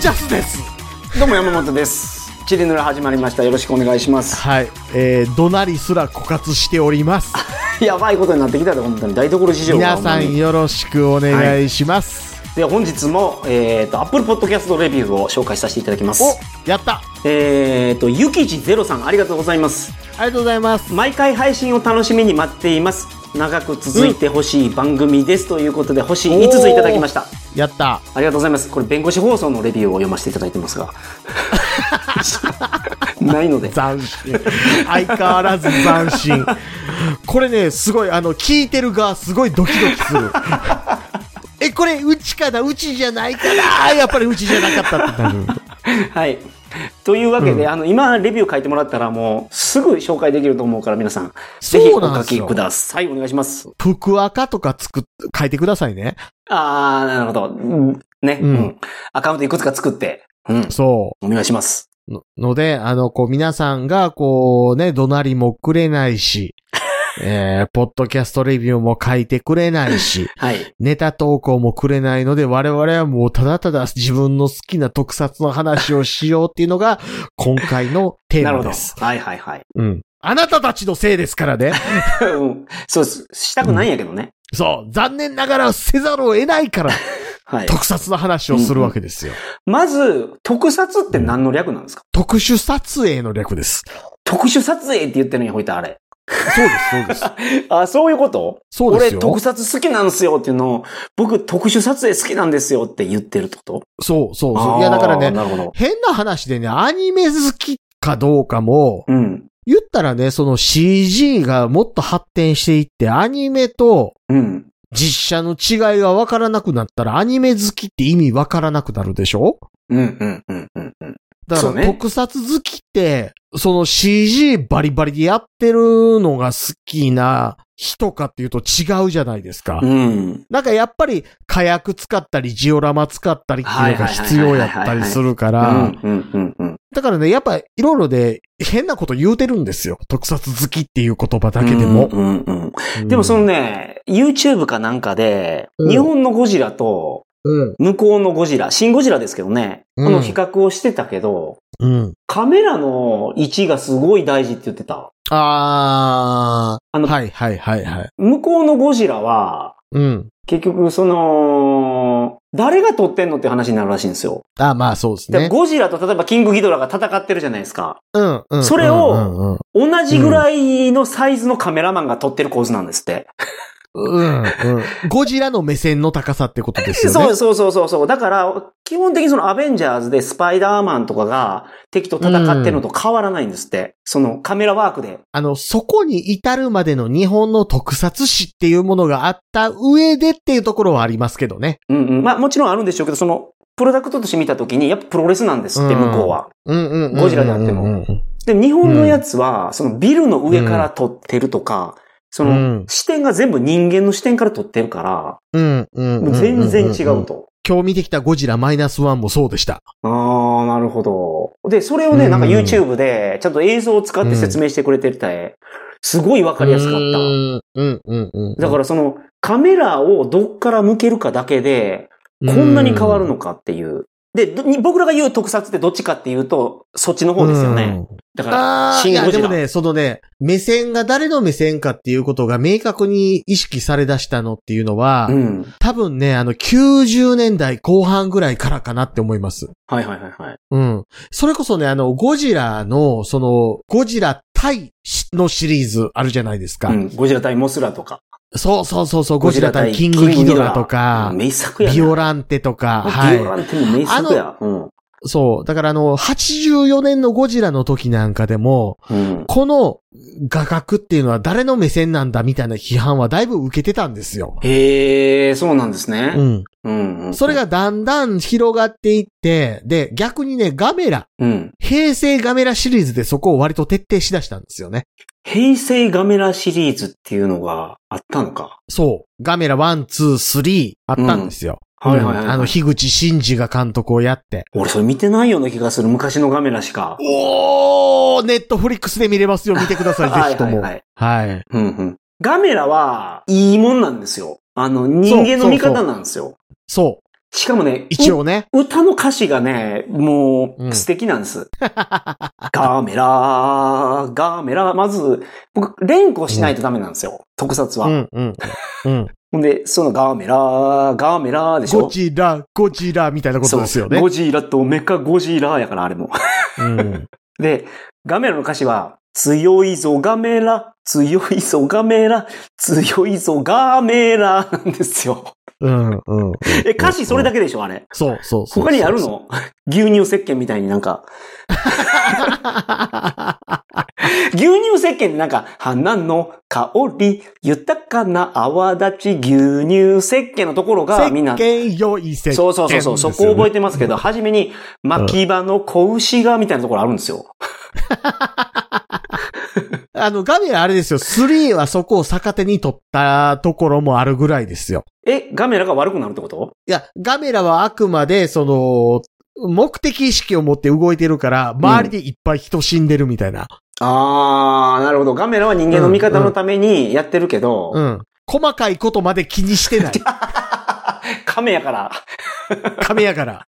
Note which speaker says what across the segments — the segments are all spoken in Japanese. Speaker 1: ジャスです
Speaker 2: どうも山本です。チリヌラ始まりました。よろしくお願いします。
Speaker 1: はい、えー、怒鳴りすら枯渇しております
Speaker 2: やばいことになってきたと本当に台所事情が
Speaker 1: 皆さ
Speaker 2: ほんま
Speaker 1: ん
Speaker 2: に
Speaker 1: よろしくお願いします、
Speaker 2: では本日もえっ、と Apple Podcast レビューを紹介させていただきます。
Speaker 1: おやった
Speaker 2: えっ、とゆきじゼロさんありがとうございます。
Speaker 1: ありがとうございます
Speaker 2: 毎回配信を楽しみに待っています。長く続いてほしい番組です、ということで星5ついただきました。
Speaker 1: やった
Speaker 2: ありがとうございます。これ弁護士放送のレビューを読ませていただいてま すが、 ないので。
Speaker 1: 斬新 相変わらず斬新これねすごいあの聞いてる側すごいドキドキする えこれうちかなうちじゃないかなやっぱりうちじゃなかったってなる
Speaker 2: はい。というわけで、あの今レビュー書いてもらったらもうすぐ紹介できると思うから皆さんぜひ
Speaker 1: そう
Speaker 2: お
Speaker 1: なん
Speaker 2: 書
Speaker 1: です
Speaker 2: き
Speaker 1: よ
Speaker 2: ください。お願いします。
Speaker 1: 福赤とか作っ書いてくださいね
Speaker 2: あー、なるほど。うんね、
Speaker 1: う
Speaker 2: うんん。アカウントいくつか作って、うん。
Speaker 1: そう
Speaker 2: お願いします。
Speaker 1: のので、あの、こう、皆さんが、こう、ね、怒鳴りもくれない し、えー、ポッドキャストレビューも書いてくれない し、
Speaker 2: はい。
Speaker 1: ネタ投稿もくれないので、我々はもうただただ自分の好きな特撮の話をしようっていうの が、今回のテ
Speaker 2: な
Speaker 1: ー
Speaker 2: る
Speaker 1: マ
Speaker 2: ほど。
Speaker 1: です。
Speaker 2: はいはいはい。
Speaker 1: うん。あなたたちのせいですからね。
Speaker 2: うんそうです。したくないんやけどね。
Speaker 1: そう。残念ながらせざるを得ないから、
Speaker 2: はい。
Speaker 1: 特撮の話をするわけですよ。
Speaker 2: まず、特撮って何の略なんですか
Speaker 1: 特殊撮影の略 です。
Speaker 2: 特殊撮影って言ってるんや、ほいたあれ。
Speaker 1: そうです、そうです。
Speaker 2: あ、そういうこと
Speaker 1: そうです
Speaker 2: 俺
Speaker 1: よ。
Speaker 2: 特撮好きなんすよっていうのを、僕特殊撮影好きなんですよって言ってるってこと
Speaker 1: そう、そう、
Speaker 2: あ
Speaker 1: そう。
Speaker 2: ー
Speaker 1: いや、だからね、
Speaker 2: なるほど。
Speaker 1: 変な話でね、アニメ好きかどうかも、
Speaker 2: うん。
Speaker 1: 言ったらね、その CG がもっと発展していって、アニメと
Speaker 2: うん。
Speaker 1: 実写の違いがわからなくなったら、アニメ好きって意味わからなくなるでしょ
Speaker 2: うん、うん、うん、うん、うん。
Speaker 1: だ
Speaker 2: そ
Speaker 1: か
Speaker 2: う
Speaker 1: ら、
Speaker 2: ね
Speaker 1: 特撮好きって、その CG バリバリでやってるのが好きな人かっていうと違うじゃないですか。
Speaker 2: うん。
Speaker 1: なんかやっぱり火薬使ったり、ジオラマ使ったりっていうのが必要やったりするか
Speaker 2: う
Speaker 1: ら、
Speaker 2: ん、うん、うん、うん。
Speaker 1: だからね、やっぱいろいろで変なこと言うてるんですよ。特撮好きっていう言葉だけでも。
Speaker 2: うん、うん、うん。でもそのね、YouTube かなんかで、
Speaker 1: うん
Speaker 2: 日本のゴジラと
Speaker 1: うん、
Speaker 2: 向こうのゴジラ、新ゴジラですけどね、
Speaker 1: うん
Speaker 2: この比較をしてたけど、
Speaker 1: うん。
Speaker 2: カメラの位置がすごい大事って言ってた。
Speaker 1: あ
Speaker 2: あ
Speaker 1: ー。
Speaker 2: の、
Speaker 1: はいはいはいはい。
Speaker 2: 向こうのゴジラは、
Speaker 1: うん。
Speaker 2: 結局その、誰が撮ってんのって話になるらしいんですよ。
Speaker 1: あまあそうです
Speaker 2: だから
Speaker 1: ね。
Speaker 2: ゴジラと例えばキングギドラが戦ってるじゃないですか。
Speaker 1: うん、うん。
Speaker 2: それを
Speaker 1: うんうん
Speaker 2: 同じぐらいのサイズのカメラマンが撮ってる構図なんですって。
Speaker 1: うん、う ん。ゴジラの目線の高さってことですよね。
Speaker 2: そうそうそうそうそう。だから、基本的にそのアベンジャーズでスパイダーマンとかが敵と戦ってるのと変わらないんですって。そのカメラワークで。
Speaker 1: あの、そこに至るまでの日本の特撮史っていうものがあった上でっていうところはありますけどね。
Speaker 2: うんうん。まあもちろんあるんでしょうけど、その、プロダクトとして見た時に、やっぱプロレスなんですって、
Speaker 1: うん
Speaker 2: 向こうは。
Speaker 1: うんうんうんうんうん
Speaker 2: ゴジラであっても
Speaker 1: うん
Speaker 2: で、日本のやつは、そのビルの上から撮ってるとか、そ
Speaker 1: うん
Speaker 2: の、視点が全部人間の視点から撮ってるから、
Speaker 1: うんうん
Speaker 2: も
Speaker 1: うん。
Speaker 2: う全然違うと。
Speaker 1: 今日見てきたゴジラマイナスワンもそうでした。
Speaker 2: ああ、なるほど。で、それを
Speaker 1: う
Speaker 2: ね、
Speaker 1: ん
Speaker 2: なんか YouTube で、ちゃんと映像を使って説明してくれてた絵、すごいわかりやすか
Speaker 1: う
Speaker 2: った。
Speaker 1: ん、うん、うんうん。
Speaker 2: だからその、カメラをどっから向けるかだけで、こんなに変わるのかっていう。で、どに僕らが言う特撮ってどっちかっていうと、そっちの方ですよね。
Speaker 1: うん。
Speaker 2: だから、
Speaker 1: ああ、
Speaker 2: シ
Speaker 1: い
Speaker 2: ン・
Speaker 1: や、
Speaker 2: ゴ
Speaker 1: で
Speaker 2: ジ
Speaker 1: も
Speaker 2: ラ。
Speaker 1: ね、そのね、目線が誰の目線かっていうことが明確に意識され出したのっていうのは、
Speaker 2: うん。
Speaker 1: 多分ね、あの、90年代後半ぐらいからかなって思います。
Speaker 2: はいはいはいはい。
Speaker 1: うん。それこそね、あの、ゴジラの、その、ゴジラ対のシリーズあるじゃないですか。
Speaker 2: うん、ゴジラ対モスラとか。
Speaker 1: そうそうそうそう、ゴジラ対キングギドラとか
Speaker 2: うん、名作やな。
Speaker 1: ビオランテとか、
Speaker 2: あ
Speaker 1: は
Speaker 2: ビ
Speaker 1: い
Speaker 2: オ。ランっても名作や。うん。
Speaker 1: そう。だからあの、84年のゴジラの時なんかでも、
Speaker 2: うん。
Speaker 1: この画角っていうのは誰の目線なんだみたいな批判はだいぶ受けてたんですよ。
Speaker 2: へえ、そうなんですね。
Speaker 1: うん。
Speaker 2: うんうん。
Speaker 1: それ、がだんだん広がっていって、で、逆にね、ガメラ、
Speaker 2: うん。
Speaker 1: 平成ガメラシリーズでそこを割と徹底しだしたんですよね。
Speaker 2: 平成ガメラシリーズっていうのがあったのか。
Speaker 1: そう。ガメラ1、2、3あったんですよ。
Speaker 2: うんはいはいはい
Speaker 1: うんあの、樋口真嗣が監督をやって。
Speaker 2: 俺それ見てないような気がする。昔のガメラしか。
Speaker 1: おーネットフリックスで見れますよ。見てください、ぜひとも。
Speaker 2: はいはい
Speaker 1: はい。
Speaker 2: うんうん。ガメラは、いいもんなんですよ。あの、人間の味方なんですよ。
Speaker 1: そ
Speaker 2: しかもね、
Speaker 1: 一応ね。
Speaker 2: う歌の歌詞がね、
Speaker 1: う
Speaker 2: もう、
Speaker 1: ん
Speaker 2: 素敵なん です。ガメラ、ガメラ、まず、僕、連呼しないとダメなんですよ。特撮
Speaker 1: う
Speaker 2: は。
Speaker 1: んうん。うん。
Speaker 2: ほんで、そのガメラ、ガメラでしょ
Speaker 1: ゴジラ、ゴジラみたいなことですよ
Speaker 2: そう
Speaker 1: ね
Speaker 2: ゴ。ジラとメカゴジラやから、あれも。
Speaker 1: うん。
Speaker 2: で、ガメラの歌詞は、強いぞガメラ、強いぞガメラ、強いぞガメラ なんですよ。
Speaker 1: うんうん。
Speaker 2: え、歌詞それだけでしょ、あれ。
Speaker 1: そうそうそう。
Speaker 2: 他にあるの牛乳石鹸みたいになんか、牛乳石鹸ってなんか、花の香り、豊かな泡立ち牛乳石鹸のところがみんな、
Speaker 1: 石鹸よい石鹸
Speaker 2: そうそうそうそう、そこ覚えてますけど、初めに、巻き場の子牛がみたいなところあるんですよ。
Speaker 1: あの、ガメラあれですよ、3はそこを逆手に取ったところもあるぐらいですよ。
Speaker 2: え、ガメラが悪くなるってこと
Speaker 1: いや、ガメラはあくまで、その、目的意識を持って動いてるから、周りでいっぱい人死んでるみたいな。
Speaker 2: あー、なるほど。ガメラは人間の味方のためにやってるけど、
Speaker 1: うん。細かいことまで気にして ない。
Speaker 2: カメやから。
Speaker 1: 亀やから。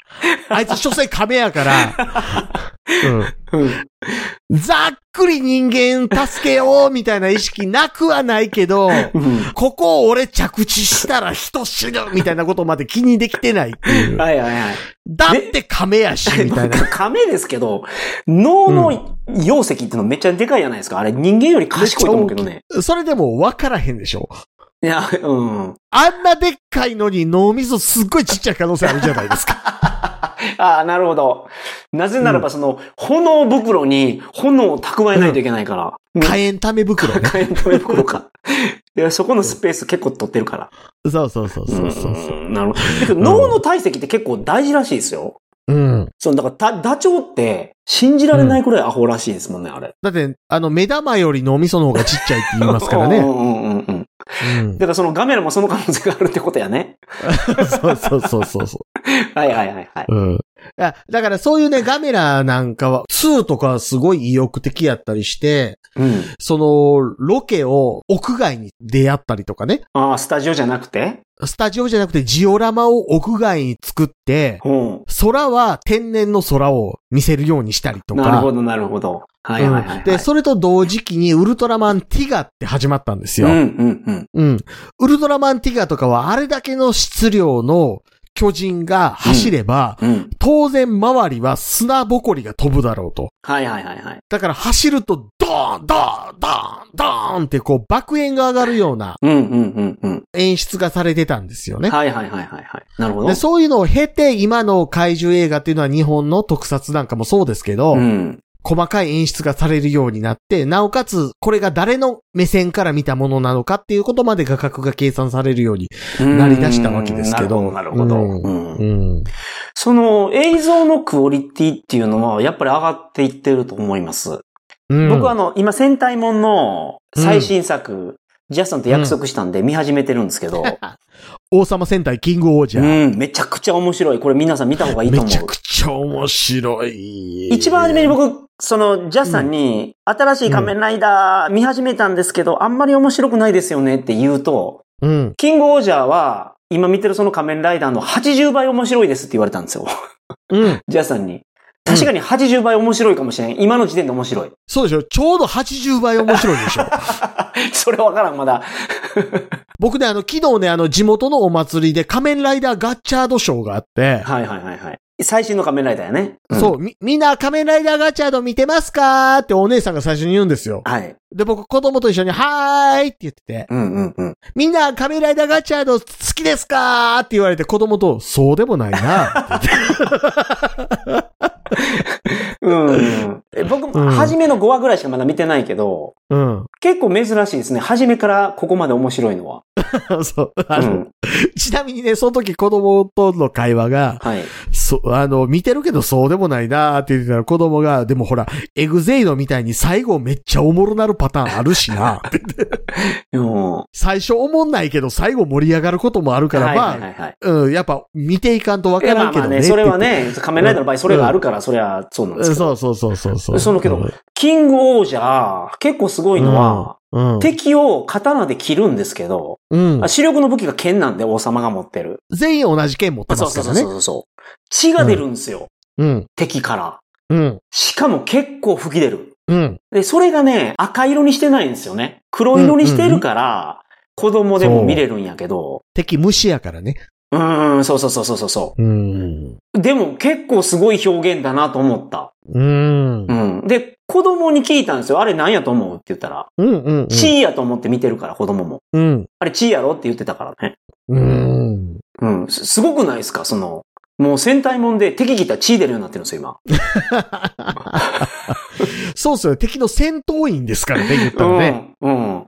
Speaker 1: あいつ、所詮亀や から。うん。ざっくり人間助けようみたいな意識なくはないけど、
Speaker 2: うん
Speaker 1: ここを俺着地したら人死ぬみたいなことまで気にできてないっていう。
Speaker 2: はいはいはい。
Speaker 1: だって亀やし、みたいな。
Speaker 2: カメですけど、脳の容積ってのめっちゃでかいじゃないですか。あれ人間より賢いと思うけどね。
Speaker 1: それでも分からへんでしょ。
Speaker 2: いや、うん。
Speaker 1: あんなでっかいのに脳みそすっごいちっちゃい可能性あるじゃないです か。
Speaker 2: ああ、なるほど。なぜならばその、炎袋に炎を蓄えないといけないから。
Speaker 1: 火炎ため袋ね。
Speaker 2: 火炎止め袋か。いや、そこのスペース結構取ってるから。
Speaker 1: そうそうそうそうそうそう。
Speaker 2: んなるほど。だけど脳の体積って結構大事らしいですよ。
Speaker 1: うん。
Speaker 2: その、だから、ダダチョウって、信じられないくらいアホらしいですもんね、あれ。
Speaker 1: だって、あの、目玉より脳みその方がちっちゃいって言いますから
Speaker 2: う
Speaker 1: ね。
Speaker 2: んうんうんうん。
Speaker 1: うん
Speaker 2: だから、そのガメラもその可能性があるってことやね。
Speaker 1: そうそうそうそうそ
Speaker 2: はいはいはいはい。
Speaker 1: う。うん。あだからそういうね、ガメラなんかは、2とかはすごい意欲的やったりして、
Speaker 2: うん。
Speaker 1: その、ロケを屋外に出会ったりとかね、
Speaker 2: ああ、スタジオじゃなくて
Speaker 1: スタジオじゃなくてジオラマを屋外に作って、
Speaker 2: うん。
Speaker 1: 空は天然の空を見せるようにしたりとか。
Speaker 2: なるほど、なるほど。はいはいはいはい、
Speaker 1: うんで、それと同時期にウルトラマンティガって始まったんです
Speaker 2: う
Speaker 1: よ。
Speaker 2: んうんうん。
Speaker 1: うん。ウルトラマンティガとかはあれだけの質量の巨人が走れば、
Speaker 2: うん。
Speaker 1: 当然周りは砂ぼこりが飛ぶだろうと。
Speaker 2: はいはいはいはい。
Speaker 1: だから走るとドーン、ドーン、ドーン、ドーンってこう爆炎が上がるような
Speaker 2: うんうんうんうん。
Speaker 1: 演出がされてたんですよね。
Speaker 2: はいはいはいはいはい。なるほど。
Speaker 1: でそういうのを経て今の怪獣映画っていうのは日本の特撮なんかもそうですけど、
Speaker 2: うん。
Speaker 1: 細かい演出がされるようになって、なおかつ、これが誰の目線から見たものなのかっていうことまで画角が計算されるように。
Speaker 2: な
Speaker 1: なりだしたわけですけど
Speaker 2: なるほど、なるほど。
Speaker 1: うん
Speaker 2: うん
Speaker 1: うん。
Speaker 2: その映像のクオリティっていうのはやっぱり上がっていってると思います。僕はあの、今戦隊もんの最新作、ジャストンと約束したんで見始めてるんですけど、
Speaker 1: 王様戦隊キングオージ
Speaker 2: う
Speaker 1: ャー。
Speaker 2: ん、めちゃくちゃ面白い。これ皆さん見た方がいいと
Speaker 1: め
Speaker 2: 思う
Speaker 1: ち。ゃくちゃ面白い。
Speaker 2: 一番初めに僕、その、ジャスさんに、新しい仮面ライダー見始めたんですけど、あんまり面白くないですよねって言うと、
Speaker 1: うん。
Speaker 2: キングオージャーは、今見てるその仮面ライダーの80倍面白いですって言われたんですよ。
Speaker 1: うん。
Speaker 2: ジャスさんに。確かに80倍面白いかもしれん。今の時点で面白い。
Speaker 1: そうでしょちょうど80倍面白いでしょ
Speaker 2: それわからん、まだ。
Speaker 1: 僕ね、あの、昨日ね、あの、地元のお祭りで仮面ライダーガッチャードショーがあって、
Speaker 2: はいはいはいはい。最新の仮面ライダーやね。うん
Speaker 1: そう、み、みんな仮面ライダーガッチャード見てますかってお姉さんが最初に言うんですよ。
Speaker 2: はい。
Speaker 1: で、僕子供と一緒に、はーいって言ってて、
Speaker 2: うんうんうん。
Speaker 1: みんな仮面ライダーガッチャード好きですかって言われて子供と、そうでもないな。
Speaker 2: うん。え僕、
Speaker 1: うん
Speaker 2: 初めの5話ぐらいしかまだ見てないけど、
Speaker 1: うん。
Speaker 2: 結構珍しいですね。初めからここまで面白いのは。
Speaker 1: そう。
Speaker 2: う
Speaker 1: あの、
Speaker 2: ん。
Speaker 1: ちなみにね、その時子供との会話が、
Speaker 2: はい。
Speaker 1: そ、あの、見てるけどそうでもないなーって言ってたら子供が、でもほら、エグゼイドみたいに最後めっちゃおもろなるパターンあるしな。
Speaker 2: うん。
Speaker 1: 最初おもんないけど最後盛り上がることもあるから、
Speaker 2: はいはい
Speaker 1: ま
Speaker 2: はいはい。
Speaker 1: あ、うん、やっぱ見ていかんとわ
Speaker 2: い
Speaker 1: か
Speaker 2: やま
Speaker 1: ら
Speaker 2: あ
Speaker 1: んけ
Speaker 2: まあ
Speaker 1: どね
Speaker 2: ね、それはね、仮面ライダーの場合それがあるから、それはそうなん
Speaker 1: う
Speaker 2: です
Speaker 1: ん
Speaker 2: けど。
Speaker 1: そうそうそうそうそう。
Speaker 2: そのけど
Speaker 1: うん
Speaker 2: キング王者、結構すごいのは、
Speaker 1: うん。
Speaker 2: 敵を刀で切るんですけど、
Speaker 1: うん
Speaker 2: あ。主力の武器が剣なんで王様が持ってる。
Speaker 1: 全員同じ剣持って
Speaker 2: そ
Speaker 1: ま
Speaker 2: う
Speaker 1: す
Speaker 2: そ
Speaker 1: か
Speaker 2: うそ
Speaker 1: らね。
Speaker 2: うそうそう。血が出るんですよ、
Speaker 1: うん。
Speaker 2: 敵から。
Speaker 1: うん。
Speaker 2: しかも結構吹き出る。
Speaker 1: うん。
Speaker 2: で、それがね、赤色にしてないんですよね。黒色にしてるから、子供でも見れるんやけど、
Speaker 1: 敵虫やからね。
Speaker 2: うーん、そうそうそうそうそうそ
Speaker 1: うん。
Speaker 2: う。でも結構すごい表現だなと思った。
Speaker 1: うん。う。
Speaker 2: うんん。で、子供に聞いたんですよ。あれ何やと思うって言ったら、
Speaker 1: うん。
Speaker 2: 血やと思って見てるから、子供も。
Speaker 1: うん。
Speaker 2: あれ血やろって言ってたからね。
Speaker 1: うん。
Speaker 2: うん。すすごくないですかその、もう戦隊もんで敵切ったら血出るようになってるんですよ、今。
Speaker 1: そうっすよね。敵の戦闘員ですからね、言ったらね。
Speaker 2: うん。うん。
Speaker 1: うん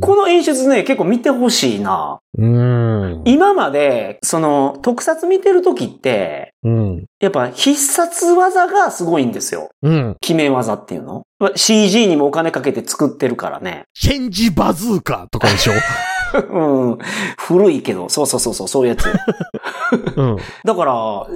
Speaker 2: この演出ね、結構見てほしいな。
Speaker 1: うん。
Speaker 2: 今まで、その、特撮見てる時って、
Speaker 1: うん。
Speaker 2: やっぱ必殺技がすごいんですよ。
Speaker 1: うん。
Speaker 2: 決め技っていうの。まあ CG にもお金かけて作ってるからね。
Speaker 1: チェンジバズーカとかでしょ
Speaker 2: うん。古いけど、そうそうそうそう、そういうやつ。
Speaker 1: うん。
Speaker 2: だから、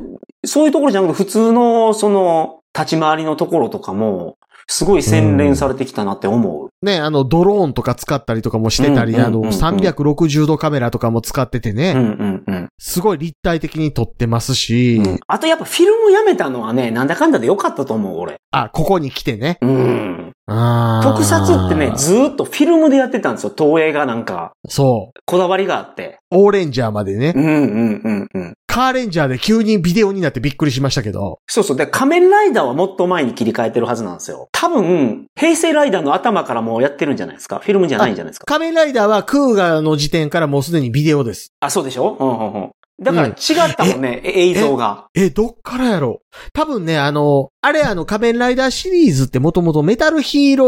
Speaker 2: そういうところじゃなくて、普通の、その、立ち回りのところとかも、すごい洗練されてきたなって思う。
Speaker 1: ね、あの、ドローンとか使ったりとかもしてたり、
Speaker 2: うんうん
Speaker 1: あ
Speaker 2: うん
Speaker 1: の、
Speaker 2: うん
Speaker 1: 360度カメラとかも使ってて
Speaker 2: うん
Speaker 1: ね、
Speaker 2: うんうん。
Speaker 1: すごい立体的に撮ってますし、
Speaker 2: うんあとやっぱフィルムやめたのはね、なんだかんだでよかったと思う、俺。
Speaker 1: あ、ここに来てね。
Speaker 2: うん。
Speaker 1: あー
Speaker 2: 特撮ってね、ずーっとフィルムでやってたんですよ。東映がなんか、
Speaker 1: そう。
Speaker 2: こだわりがあって。
Speaker 1: オーレンジャーまでね
Speaker 2: う。んうんうんうん。
Speaker 1: カーレンジャーで急にビデオになってびっくりしましたけど。
Speaker 2: そうそう。で、仮面ライダーはもっと前に切り替えてるはずなんですよ。多分、平成ライダーの頭からもうやってるんじゃないですか。フィルムじゃないんじゃないですか。
Speaker 1: 仮面ライダーはクーガーの時点からもうすでにビデオです。
Speaker 2: あ、そうでしょうんうんうん。だから違ったもんね、え映像が。
Speaker 1: え、どっからやろ多分ね、あの、あれあの仮面ライダーシリーズってもともとメタルヒーロ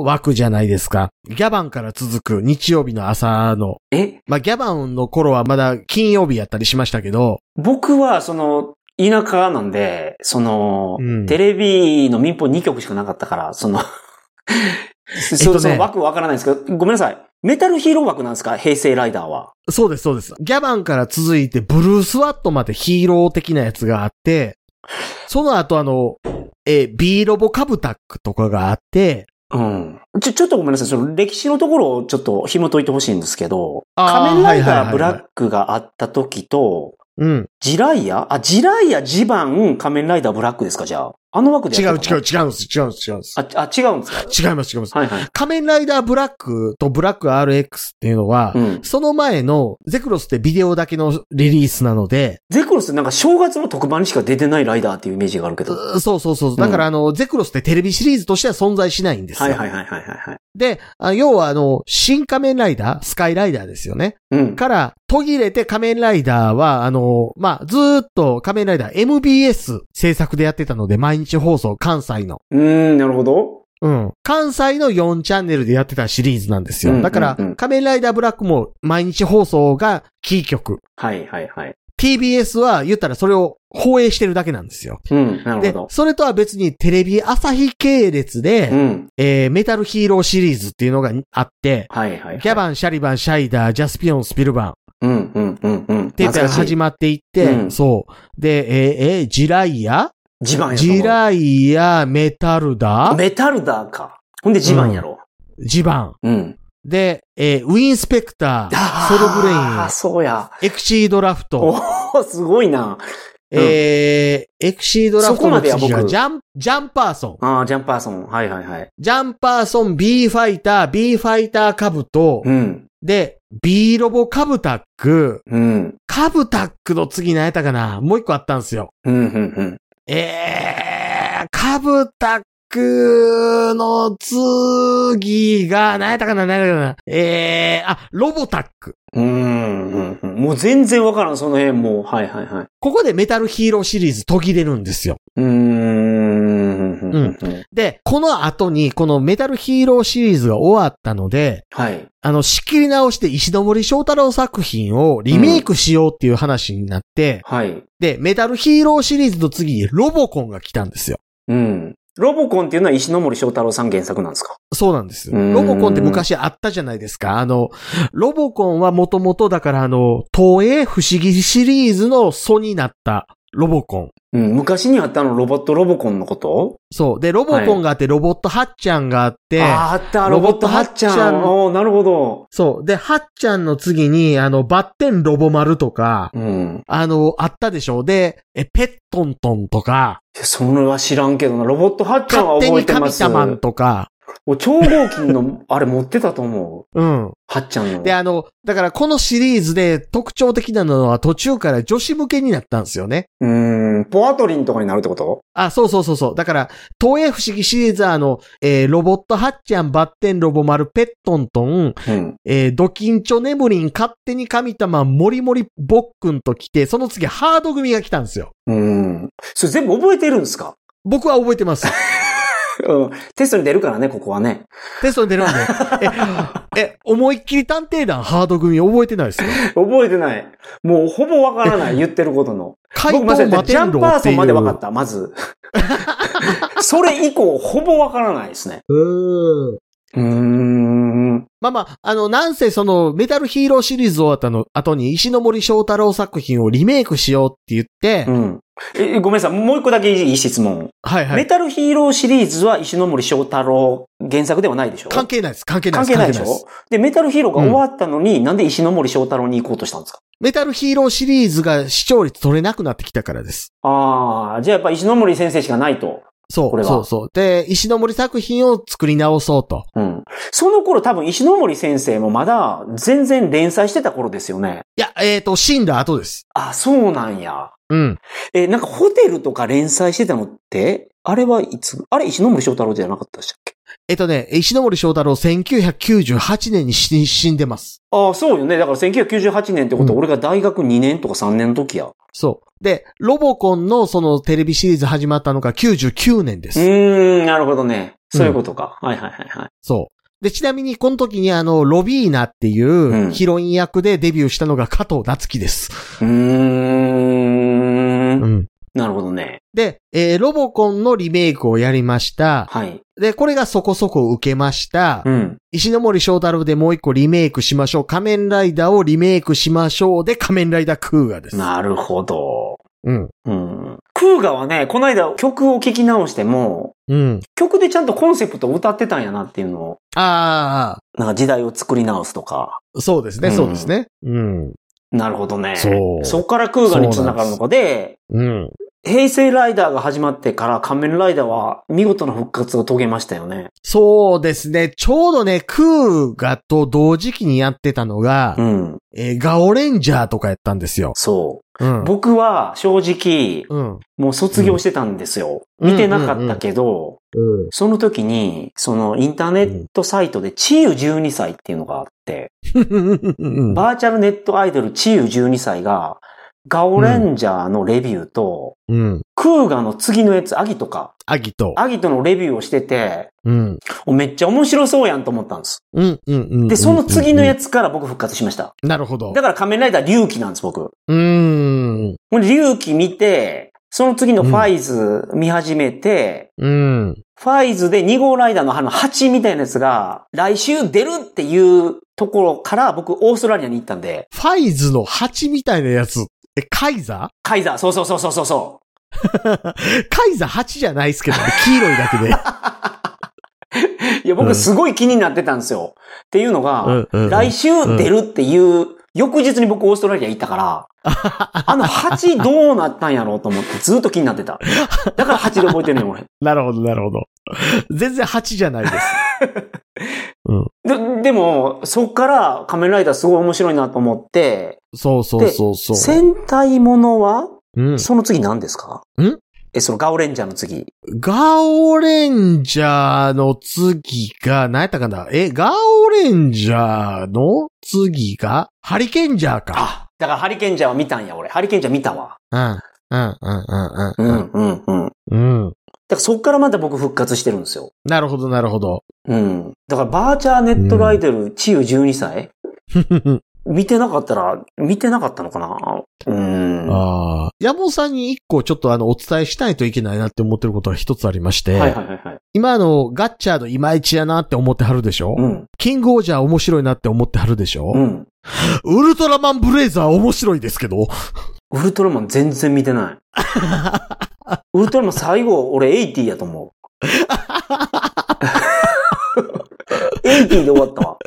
Speaker 1: ー枠じゃないですか。ギャバンから続く日曜日の朝の。
Speaker 2: え
Speaker 1: まあ、ギャバンの頃はまだ金曜日やったりしましたけど。
Speaker 2: 僕は、その、田舎なんで、その、
Speaker 1: うん
Speaker 2: テレビの民放2局しかなかったから、その、そ
Speaker 1: えっとね
Speaker 2: その枠わからないんですけど、ごめんなさい。メタルヒーロー枠なんですか平成ライダーは。
Speaker 1: そうです、そうです。ギャバンから続いてブルースワットまでヒーロー的なやつがあって、その後あの、え、B ロボカブタックとかがあって、
Speaker 2: うん。ちょ、ちょっとごめんなさい。その歴史のところをちょっと紐解いてほしいんですけど、
Speaker 1: あー
Speaker 2: 仮面ラ
Speaker 1: はい
Speaker 2: イ
Speaker 1: はいはい
Speaker 2: ダ
Speaker 1: は
Speaker 2: ー
Speaker 1: い
Speaker 2: ブラックがあった時と、
Speaker 1: うん。
Speaker 2: ジライアあ、ジライア、ジバン、仮面ライダーブラックですかじゃあ。あの枠で
Speaker 1: 違
Speaker 2: や
Speaker 1: う
Speaker 2: ってた
Speaker 1: 違
Speaker 2: の
Speaker 1: う違うんです、違うんです、違うんです。
Speaker 2: あ、あ、違うんですか
Speaker 1: 違います、違います。
Speaker 2: はいはい。
Speaker 1: 仮面ライダーブラックとブラック RX っていうのは、
Speaker 2: うん。
Speaker 1: その前のゼクロスってビデオだけのリリースなので、
Speaker 2: ゼクロスってなんか正月の特番にしか出てないライダーっていうイメージがあるけど。は
Speaker 1: うそうそうそう。だからあの、ゼクロスってテレビシリーズとしては存在しないんですよ。
Speaker 2: いはいはいはいはい。
Speaker 1: で、あ要はあの、新仮面ライダー、スカイライダーですよね。
Speaker 2: うん。
Speaker 1: から、途切れて仮面ライダーは、あの、まあ、ずーっと仮面ライダー MBS 制作でやってたので、毎日放送、関西の。
Speaker 2: うーん、なるほど。
Speaker 1: うん。関西の4チャンネルでやってたシリーズなんです
Speaker 2: うん
Speaker 1: よ。
Speaker 2: うんうん
Speaker 1: だから、仮面ライダーブラックも毎日放送がキー局。
Speaker 2: はいはいはい。
Speaker 1: TBS は言ったらそれを放映してるだけなんですよ。
Speaker 2: うん、なる
Speaker 1: で
Speaker 2: ほど、。
Speaker 1: それとは別にテレビ朝日系列で、
Speaker 2: うん。
Speaker 1: えーメタルヒーローシリーズっていうのがあって、
Speaker 2: はいはい、はい。
Speaker 1: ギャバン、シャリバン、シャイダー、ジャスピオン、スピルバンっ
Speaker 2: うんうんうんうん。
Speaker 1: ていうのが
Speaker 2: 懐かし
Speaker 1: 始
Speaker 2: い
Speaker 1: まっていって、
Speaker 2: うん
Speaker 1: そう。で、えーえージライア
Speaker 2: ジバンやと思う
Speaker 1: ジライア、メタルダ
Speaker 2: メタルダーか。ほんでジバンやろ。
Speaker 1: ジバン。
Speaker 2: うん。
Speaker 1: で、えーウィンスペクター、
Speaker 2: あ
Speaker 1: ソ
Speaker 2: ー
Speaker 1: ルブレイ
Speaker 2: あー、そうや。
Speaker 1: ン、エクシードラフト、
Speaker 2: おおすごいな。
Speaker 1: えーエクシードラフトの次
Speaker 2: そこまで
Speaker 1: が
Speaker 2: は僕
Speaker 1: ジャン、ジャンパーソン。
Speaker 2: ああ、ジャンパーソン。はいはいはい。
Speaker 1: ジャンパーソン、B ファイター、B ファイターカブト、
Speaker 2: うん。
Speaker 1: で、B ロボカブタック、
Speaker 2: うん。
Speaker 1: カブタックの次何やったかなもう一個あったんですよ。
Speaker 2: うん、うん、うん。
Speaker 1: えー、カブタックの次が何やったかな何やったかなえー、あ、ロボタック。
Speaker 2: うん、うんうん。もう全然わからん、その辺もう。はいはいはい。
Speaker 1: ここでメタルヒーローシリーズ途切れるんですよ。
Speaker 2: うーん。うんうんうん
Speaker 1: で、この後にこのメタルヒーローシリーズが終わったので、
Speaker 2: はい。
Speaker 1: あの、仕切り直して石森章太郎作品をリメイクしようっていう話になって、
Speaker 2: はい。
Speaker 1: で、メタルヒーローシリーズの次にロボコンが来たんですよ。
Speaker 2: うん。ロボコンっていうのは石ノ森章太郎さん原作なんですか
Speaker 1: そうなんです。
Speaker 2: うーん
Speaker 1: ロボコンって昔あったじゃないですか。あの、ロボコンはもともとだからあの、東映不思議シリーズの素になったロボコン。
Speaker 2: うん、昔にあったあのロボットロボコンのこと
Speaker 1: そう。で、ロボコンがあって、ロボットハッちゃんがあって、
Speaker 2: あー、あった、
Speaker 1: ロ
Speaker 2: ロボ
Speaker 1: ボ
Speaker 2: ッ
Speaker 1: ッ
Speaker 2: ト
Speaker 1: ト
Speaker 2: ハ
Speaker 1: は
Speaker 2: ッ
Speaker 1: っ
Speaker 2: ち
Speaker 1: ち
Speaker 2: ゃ
Speaker 1: ゃん
Speaker 2: ん。おーなるほど。
Speaker 1: そう。で、ハッちゃんの次に、あの、バッテンロボ丸とか、
Speaker 2: うん。
Speaker 1: あの、あったでしょで、え、ペットントンとか、
Speaker 2: いやそれは知らんけどな。ロボットハッちゃんは
Speaker 1: 勝手
Speaker 2: 覚え
Speaker 1: に
Speaker 2: てま
Speaker 1: 神
Speaker 2: す。
Speaker 1: 様んとか、
Speaker 2: お超合金の、あれ持ってたと思う。
Speaker 1: うん。
Speaker 2: はっちゃんの。
Speaker 1: で、あの、だからこのシリーズで特徴的なのは途中から女子向けになったんですよね。
Speaker 2: うーん、ポアトリンとかになるってこと
Speaker 1: あ、そうそうそうそう。だから、東映不思議シリーズはあの、えーロボットハッちゃん、バッテンロボ丸、ペットントン、
Speaker 2: うん。
Speaker 1: えードキンチョネムリン、勝手に神玉、モリモリ、ボックンと来て、その次ハード組が来たんですよ。
Speaker 2: うん。それ全部覚えてるんですか
Speaker 1: 僕は覚えてます。
Speaker 2: うん。テストに出るからね、ここはね。
Speaker 1: テストに出るんで。え、え、思いっきり探偵団ハード組覚えてないですよ。
Speaker 2: 覚えてない。もうほぼわからない、言ってることの。
Speaker 1: 怪盗
Speaker 2: 僕ま
Speaker 1: マ
Speaker 2: ず
Speaker 1: テ
Speaker 2: ジ
Speaker 1: ンローっていう。
Speaker 2: ャンパーソンまでわかった、まず。 それ以降、ほぼわからないですね。
Speaker 1: うん。
Speaker 2: うーん。
Speaker 1: まあまあ、あの、なんせその、メタルヒーローシリーズ終わったの後に、石ノ森章太郎作品をリメイクしようって言って、
Speaker 2: うん。え、ごめんなさい。もう一個だけいい質問。
Speaker 1: はいは
Speaker 2: メ
Speaker 1: い。
Speaker 2: タルヒーローシリーズは石ノ森章太郎原作ではないでしょ
Speaker 1: 関係ないです。関係ない
Speaker 2: 関
Speaker 1: です。
Speaker 2: 係ないでし
Speaker 1: 関係ないで
Speaker 2: ょ
Speaker 1: す
Speaker 2: で、メタルヒーローが終わったのに、なんで石ノ森章太郎に行こうとしたんですか
Speaker 1: メタルヒーローシリーズが視聴率取れなくなってきたからです。
Speaker 2: ああ、じゃあやっぱ石ノ森先生しかないと。
Speaker 1: そ
Speaker 2: これ
Speaker 1: う、
Speaker 2: は
Speaker 1: そうそう。で、石ノ森作品を作り直そうと。
Speaker 2: うん。その頃多分石ノ森先生もまだ全然連載してた頃ですよね。
Speaker 1: いや、えっ、と、死んだ後です。
Speaker 2: あ、そうなんや。
Speaker 1: うん。
Speaker 2: え、なんかホテルとか連載してたのって、あれはいつ、あれ石ノ森章太郎じゃなかったでしたっけ
Speaker 1: えっ、とね、石ノ森章太郎1998年に死死んでます。
Speaker 2: ああ、そうよね。だから1998年ってことは、
Speaker 1: うん
Speaker 2: 俺が大学2年とか3年の時や。
Speaker 1: そう。で、ロボコンのそのテレビシリーズ始まったのが99年で
Speaker 2: う
Speaker 1: す。
Speaker 2: ーん、なるほどね。そういうことか。はいはいはいはい。
Speaker 1: そう。で、ちなみに、この時にあの、ロビーナってい
Speaker 2: うん
Speaker 1: うヒロイン役でデビューしたのが加藤夏樹です。
Speaker 2: うーん。
Speaker 1: ん。
Speaker 2: なるほどね。
Speaker 1: で、えーロボコンのリメイクをやりました。
Speaker 2: はい。
Speaker 1: で、これがそこそこ受けました。
Speaker 2: うん。
Speaker 1: 石ノ森章太郎でもう一個リメイクしましょう。仮面ライダーをリメイクしましょう。で、仮面ライダークーガです。
Speaker 2: なるほど。
Speaker 1: うん。
Speaker 2: うん。クーガはね、この間曲を聴き直しても、
Speaker 1: うん。
Speaker 2: 曲でちゃんとコンセプトを歌ってたんやなっていうのを、
Speaker 1: あ
Speaker 2: なんか時代を作り直すとか。
Speaker 1: あ、そうですね、
Speaker 2: うん
Speaker 1: そうですね。うん。
Speaker 2: なるほどね。
Speaker 1: そう
Speaker 2: そっからクーガに繋がるのかで、
Speaker 1: うん。
Speaker 2: 平成ライダーが始まってから仮面ライダーは見事な復活を遂げましたよね。
Speaker 1: そうですね。ちょうどね、クーガと同時期にやってたのが、
Speaker 2: うん。
Speaker 1: えーガオレンジャーとかやったんですよ。
Speaker 2: そうう。
Speaker 1: ん。
Speaker 2: 僕は正直、
Speaker 1: うん。
Speaker 2: もう卒業してたんですよ。
Speaker 1: うん
Speaker 2: 見てなかったけど、
Speaker 1: うん。
Speaker 2: その時に、そのインターネットサイトでチーユ12歳っていうのがあって、バーチャルネットアイドルチーユ12歳が、ガオレンジャーのレビューと、
Speaker 1: うん。
Speaker 2: クーガの次のやつ、アギトか。
Speaker 1: アギト。
Speaker 2: アギトのレビューをしてて、
Speaker 1: うん。
Speaker 2: おめっちゃ面白そうやんと思ったんです。
Speaker 1: うん。うん。うん。
Speaker 2: で、その次のや
Speaker 1: つ。
Speaker 2: つから僕復活しました。
Speaker 1: なるほど
Speaker 2: だ。から仮面ライダー龍騎なんです、僕。
Speaker 1: うーん。
Speaker 2: ほんで龍騎見て、その次のファイズ見始めて、
Speaker 1: うん。
Speaker 2: ファイズで2号ライダーのあの8みたいなやつが、来週出るっていうところから僕オーストラリアに行ったんで、
Speaker 1: ファイズの蜂みたいなやつ。え、カイザ
Speaker 2: カイザー、そうそうそうそうそうそ
Speaker 1: ーカイザー蜂じゃないです けど、黄色いだけで。
Speaker 2: う。いや、
Speaker 1: う
Speaker 2: 僕
Speaker 1: ん
Speaker 2: すごい気になってたんですよ。っていうのが、
Speaker 1: うんうん
Speaker 2: 来週出るっていう、翌日に僕オーストラリア行っ たから、あの8どうなったんやろうと思ってずっと気になってた。だから8で覚えてるねん、俺。
Speaker 1: なるほど、なるほど。全然蜂じゃないです。うん。
Speaker 2: ででも、そっから仮面ライダーすごい面白いなと思って、
Speaker 1: そうそうそうそう。
Speaker 2: 戦隊ものは、
Speaker 1: うん。
Speaker 2: その次何ですか
Speaker 1: ん
Speaker 2: え、そのガオレンジャーの次。
Speaker 1: ガオレンジャーの次が、何やったかなえ、ガオレンジャーの次が、ハリケンジャーか。
Speaker 2: あ、だからハリケンジャーは見たんや、俺。ハリケンジャー見たわ。
Speaker 1: うん。うん、うん、
Speaker 2: う
Speaker 1: うん、うん
Speaker 2: ん、うん、うん。だか。
Speaker 1: うん。
Speaker 2: らそっからまた僕復活してるんですよ。
Speaker 1: なるほど、なるほ ど。
Speaker 2: うん。だからバーチャーネットライドル、チユ12歳見てなかったら、見てなかったのかなうーん。は
Speaker 1: ああ。山本さんに一個ちょっとあの、お伝えしないといけないなって思ってることが一つありまし
Speaker 2: い
Speaker 1: て、
Speaker 2: はいはいはい。
Speaker 1: 今あの、ガッチャードいまいちやなって思ってはるでしょ、
Speaker 2: うん。
Speaker 1: キングオージャー面白いなって思ってはるでしょ
Speaker 2: う、ん。
Speaker 1: ウルトラマンブレイザー面白いですけど、
Speaker 2: ウルトラマン全然見てない。ウルトラマン最後、俺80やと思う。80で終わったわ。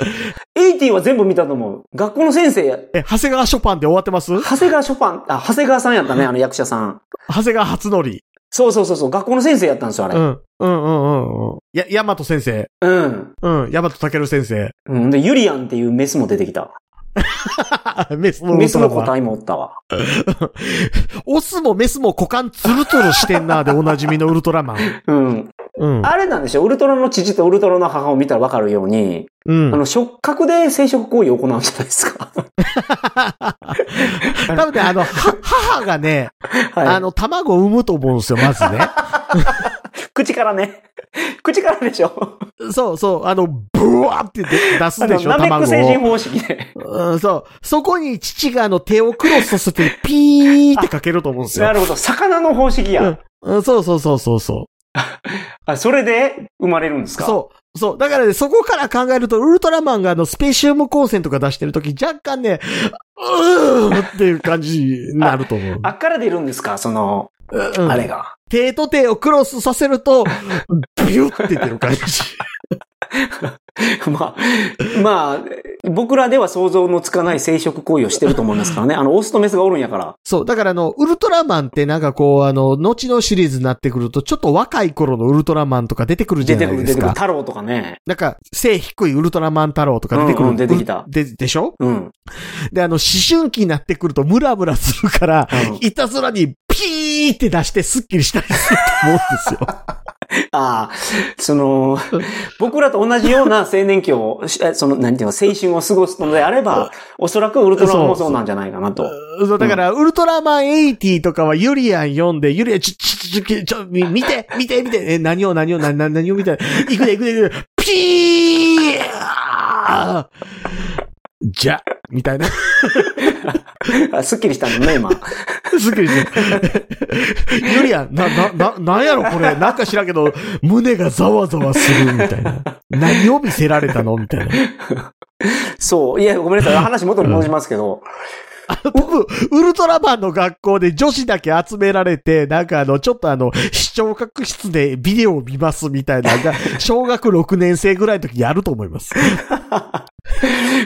Speaker 2: 80は全部見たと思う。学校の先生や、
Speaker 1: え、長谷川ショパンで終わって ます
Speaker 2: 長谷川ショパン、あ、長谷川さんやったね、あの役者さん。
Speaker 1: 長谷川初則。うん。
Speaker 2: そうそうそうそう、学校の先生やったんですよ、あ
Speaker 1: う
Speaker 2: れ。
Speaker 1: んうんうんうん。や、ヤマト先生。
Speaker 2: うん。
Speaker 1: うん、ヤマトタケル先生。
Speaker 2: うん。で、ユリアンっていうメスも出てきた。
Speaker 1: メスもウ
Speaker 2: メ
Speaker 1: ル
Speaker 2: ス
Speaker 1: トラ
Speaker 2: の
Speaker 1: マン
Speaker 2: 個体もおったわ。
Speaker 1: オスもメスも股間ツルツルしてんなーでおなじみのウルトラマ ン。
Speaker 2: うん。
Speaker 1: うん。
Speaker 2: あれなんでしょウルトラの父とウルトラの母を見たらわかるように、
Speaker 1: うん
Speaker 2: あ。の、触覚で生殖行為を行うんじゃないですか。
Speaker 1: 多分ね、あの、は母がね、
Speaker 2: はい。
Speaker 1: あの、卵を産むと思うんですよ、まず ね。
Speaker 2: 口からね。口からでしょ
Speaker 1: そうそう、あの、ブワーって出出すでしょ、
Speaker 2: あのナメ
Speaker 1: 卵
Speaker 2: ック星人
Speaker 1: を。
Speaker 2: 方式で。
Speaker 1: うん、そう。そこに父があの手をクロスさせてピーってかけると思うんです
Speaker 2: な
Speaker 1: よ。
Speaker 2: るほど。魚の方式や。
Speaker 1: うんうん、そうそうそうそうそう。
Speaker 2: あ、それで生まれるんですかう。
Speaker 1: そう。そう。だからね、そこから考えると、ウルトラマンがあの、スペシウム光線とか出してるとき、若干ね、うーっていう感じになると思う。
Speaker 2: あっから出るんですかその、
Speaker 1: うん
Speaker 2: あれが。
Speaker 1: 手と手をクロスさせると、ビュって出る感じ。
Speaker 2: まあ、まあ、僕らでは想像のつかない生殖行為をしてると思いますからね。あの、オスとメスがおるんやから。
Speaker 1: そう。だからあの、ウルトラマンってなんかこう、あの、後のシリーズになってくると、ちょっと若い頃のウルトラマンとか出てくるじ
Speaker 2: 出
Speaker 1: ゃな
Speaker 2: て
Speaker 1: い
Speaker 2: くる、
Speaker 1: で
Speaker 2: 出
Speaker 1: す
Speaker 2: てくる。
Speaker 1: か。
Speaker 2: 太郎とかね。
Speaker 1: なんか、背低いウルトラマン太郎とか出てくる。
Speaker 2: うんうん出てきた
Speaker 1: で、でしょ
Speaker 2: うん。
Speaker 1: で、あの、思春期になってくるとムラムラするから、
Speaker 2: うん
Speaker 1: いたずらにピーって出してスッキリしたりすると思うんですよ。
Speaker 2: ああ、その、僕らと同じような青年期を、しえその、なんていうの、青春を過ごすのであれば、おそらくウルトラマンもそうなんじゃないかなと。
Speaker 1: そう、だから、ウルトラマン80とかはユリアン読んで、ユリアン、ちょ、ちょ、ちょ、ちょ、み見て、見て、見て、え、何を、何を、何、何何を見たら、行くで、行くで、行くで、ピーあーじゃ、みたいな。
Speaker 2: あすっきりしたんだね、今。
Speaker 1: すっ きりして。ユリアン、な、な、な、なんやろこれ。なんか知らんけど、胸がざわざわする、みたいな。何を見せられたのみたいな。
Speaker 2: そう。いや、ごめんなさい。話元に戻しますけど。
Speaker 1: 多分、ウルトラマンの学校で女子だけ集められて、なんかあの、ちょっとあの、視聴覚室でビデオを見ますみたいなのが、小学6年生ぐらいの時にやると思います。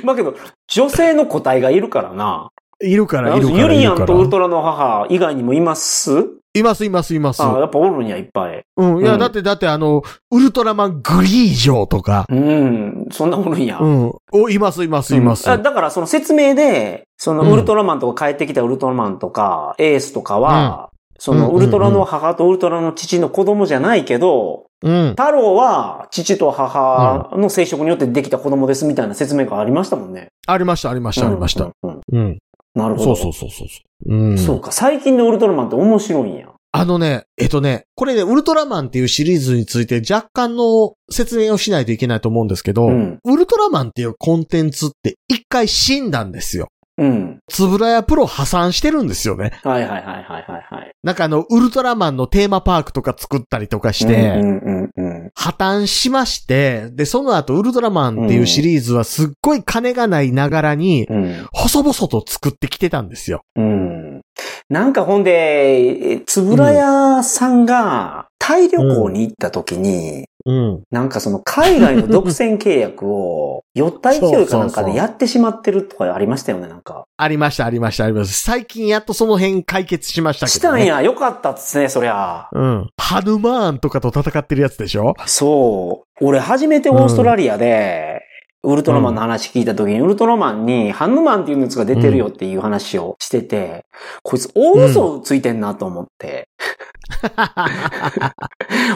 Speaker 2: まあけど、女性の個体がいるからな。
Speaker 1: いるから、いるから。
Speaker 2: ユリアンとウル
Speaker 1: ト
Speaker 2: トラの母以外にもいます
Speaker 1: います、います、います。
Speaker 2: あやっぱおるんや、いっぱい。
Speaker 1: うん。いうや、
Speaker 2: ん
Speaker 1: だって、だってあの、ウルトラマングリージョーとか、
Speaker 2: うん。そんなおるんや。
Speaker 1: うん。お、います、います、います。
Speaker 2: あだから、その説明で、その
Speaker 1: うん
Speaker 2: ウルトラマンとか帰ってきたウルトラマンとか、エースとかは、そ
Speaker 1: うん
Speaker 2: の
Speaker 1: うんう
Speaker 2: ウ
Speaker 1: ん
Speaker 2: ルトラの母とウルトラの父の子供じゃないけど、
Speaker 1: うん。
Speaker 2: 太郎は父と母の生殖によってできた子供ですみたいな説明がありましたもんね。
Speaker 1: ありました、ありました、ありまし
Speaker 2: う
Speaker 1: た
Speaker 2: ん。うんうん
Speaker 1: うん。
Speaker 2: なるほ
Speaker 1: そ
Speaker 2: ど。
Speaker 1: うそうそうそうそう。うん。
Speaker 2: そうか、最近のウルトラマンって面白いんや。
Speaker 1: あのね、えっとね、これね、ウルトラマンっていうシリーズについて若干の説明をしないといけないと思うんですけど、
Speaker 2: うん。
Speaker 1: ウルトラマンっていうコンテンツって一回死んだんですよ。
Speaker 2: うん。
Speaker 1: つぶらやプロ破産してるんですよね。
Speaker 2: はいはいはいはいはいはい。
Speaker 1: なんかあの、ウルトラマンのテーマパークとか作ったりとかして、
Speaker 2: うんうんうん
Speaker 1: 破綻しまして、で、その後ウルトラマンっていうシリーズはすっごい金がないながらに、
Speaker 2: うん。うん
Speaker 1: 細々と作ってきてたんですよ。
Speaker 2: うん。なんかほんで、えつぶらやさんがタイ旅行に行った時に、
Speaker 1: うん。
Speaker 2: なんかその海外の独占契約を、酔った勢いかなんかでやってしまってるとかありましたよね、なんか。
Speaker 1: ありました、ありました、ありました。最近やっとその辺解決しましたけ
Speaker 2: し
Speaker 1: ど、
Speaker 2: た
Speaker 1: ね。
Speaker 2: んや、よかったっすね、そりゃ。
Speaker 1: うん。ハヌマーンとかと戦ってるやつでしょ
Speaker 2: そう。俺初めてオーストラリアで、ウルトラマンの話聞いた時に、ウルトラマンにハンヌマンっていうやつが出てるよっていう話をしてて、こいつ大嘘ついてんなと 思って。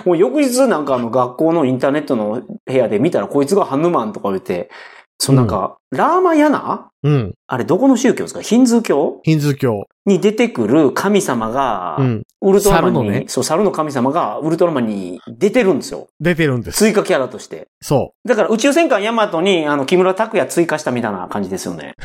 Speaker 2: もう翌日なんかあの学校のインターネットの部屋で見たらこいつがハンヌマンとか言って、そのなんか、ラーマヤナ
Speaker 1: うん。
Speaker 2: あれどこの宗教ですかヒンズー教
Speaker 1: ヒンズー教。
Speaker 2: に出てくる神様が
Speaker 1: う、ん。
Speaker 2: ウルトラマ
Speaker 1: 猿
Speaker 2: ンに、
Speaker 1: のね
Speaker 2: そう、猿の神様がウルトラマンに出てるんですよ。
Speaker 1: 出てるんです。
Speaker 2: 追加キャラとして。
Speaker 1: そう。
Speaker 2: だから宇宙戦艦ヤマトに、あの、木村拓哉追加したみたいな感じですよね。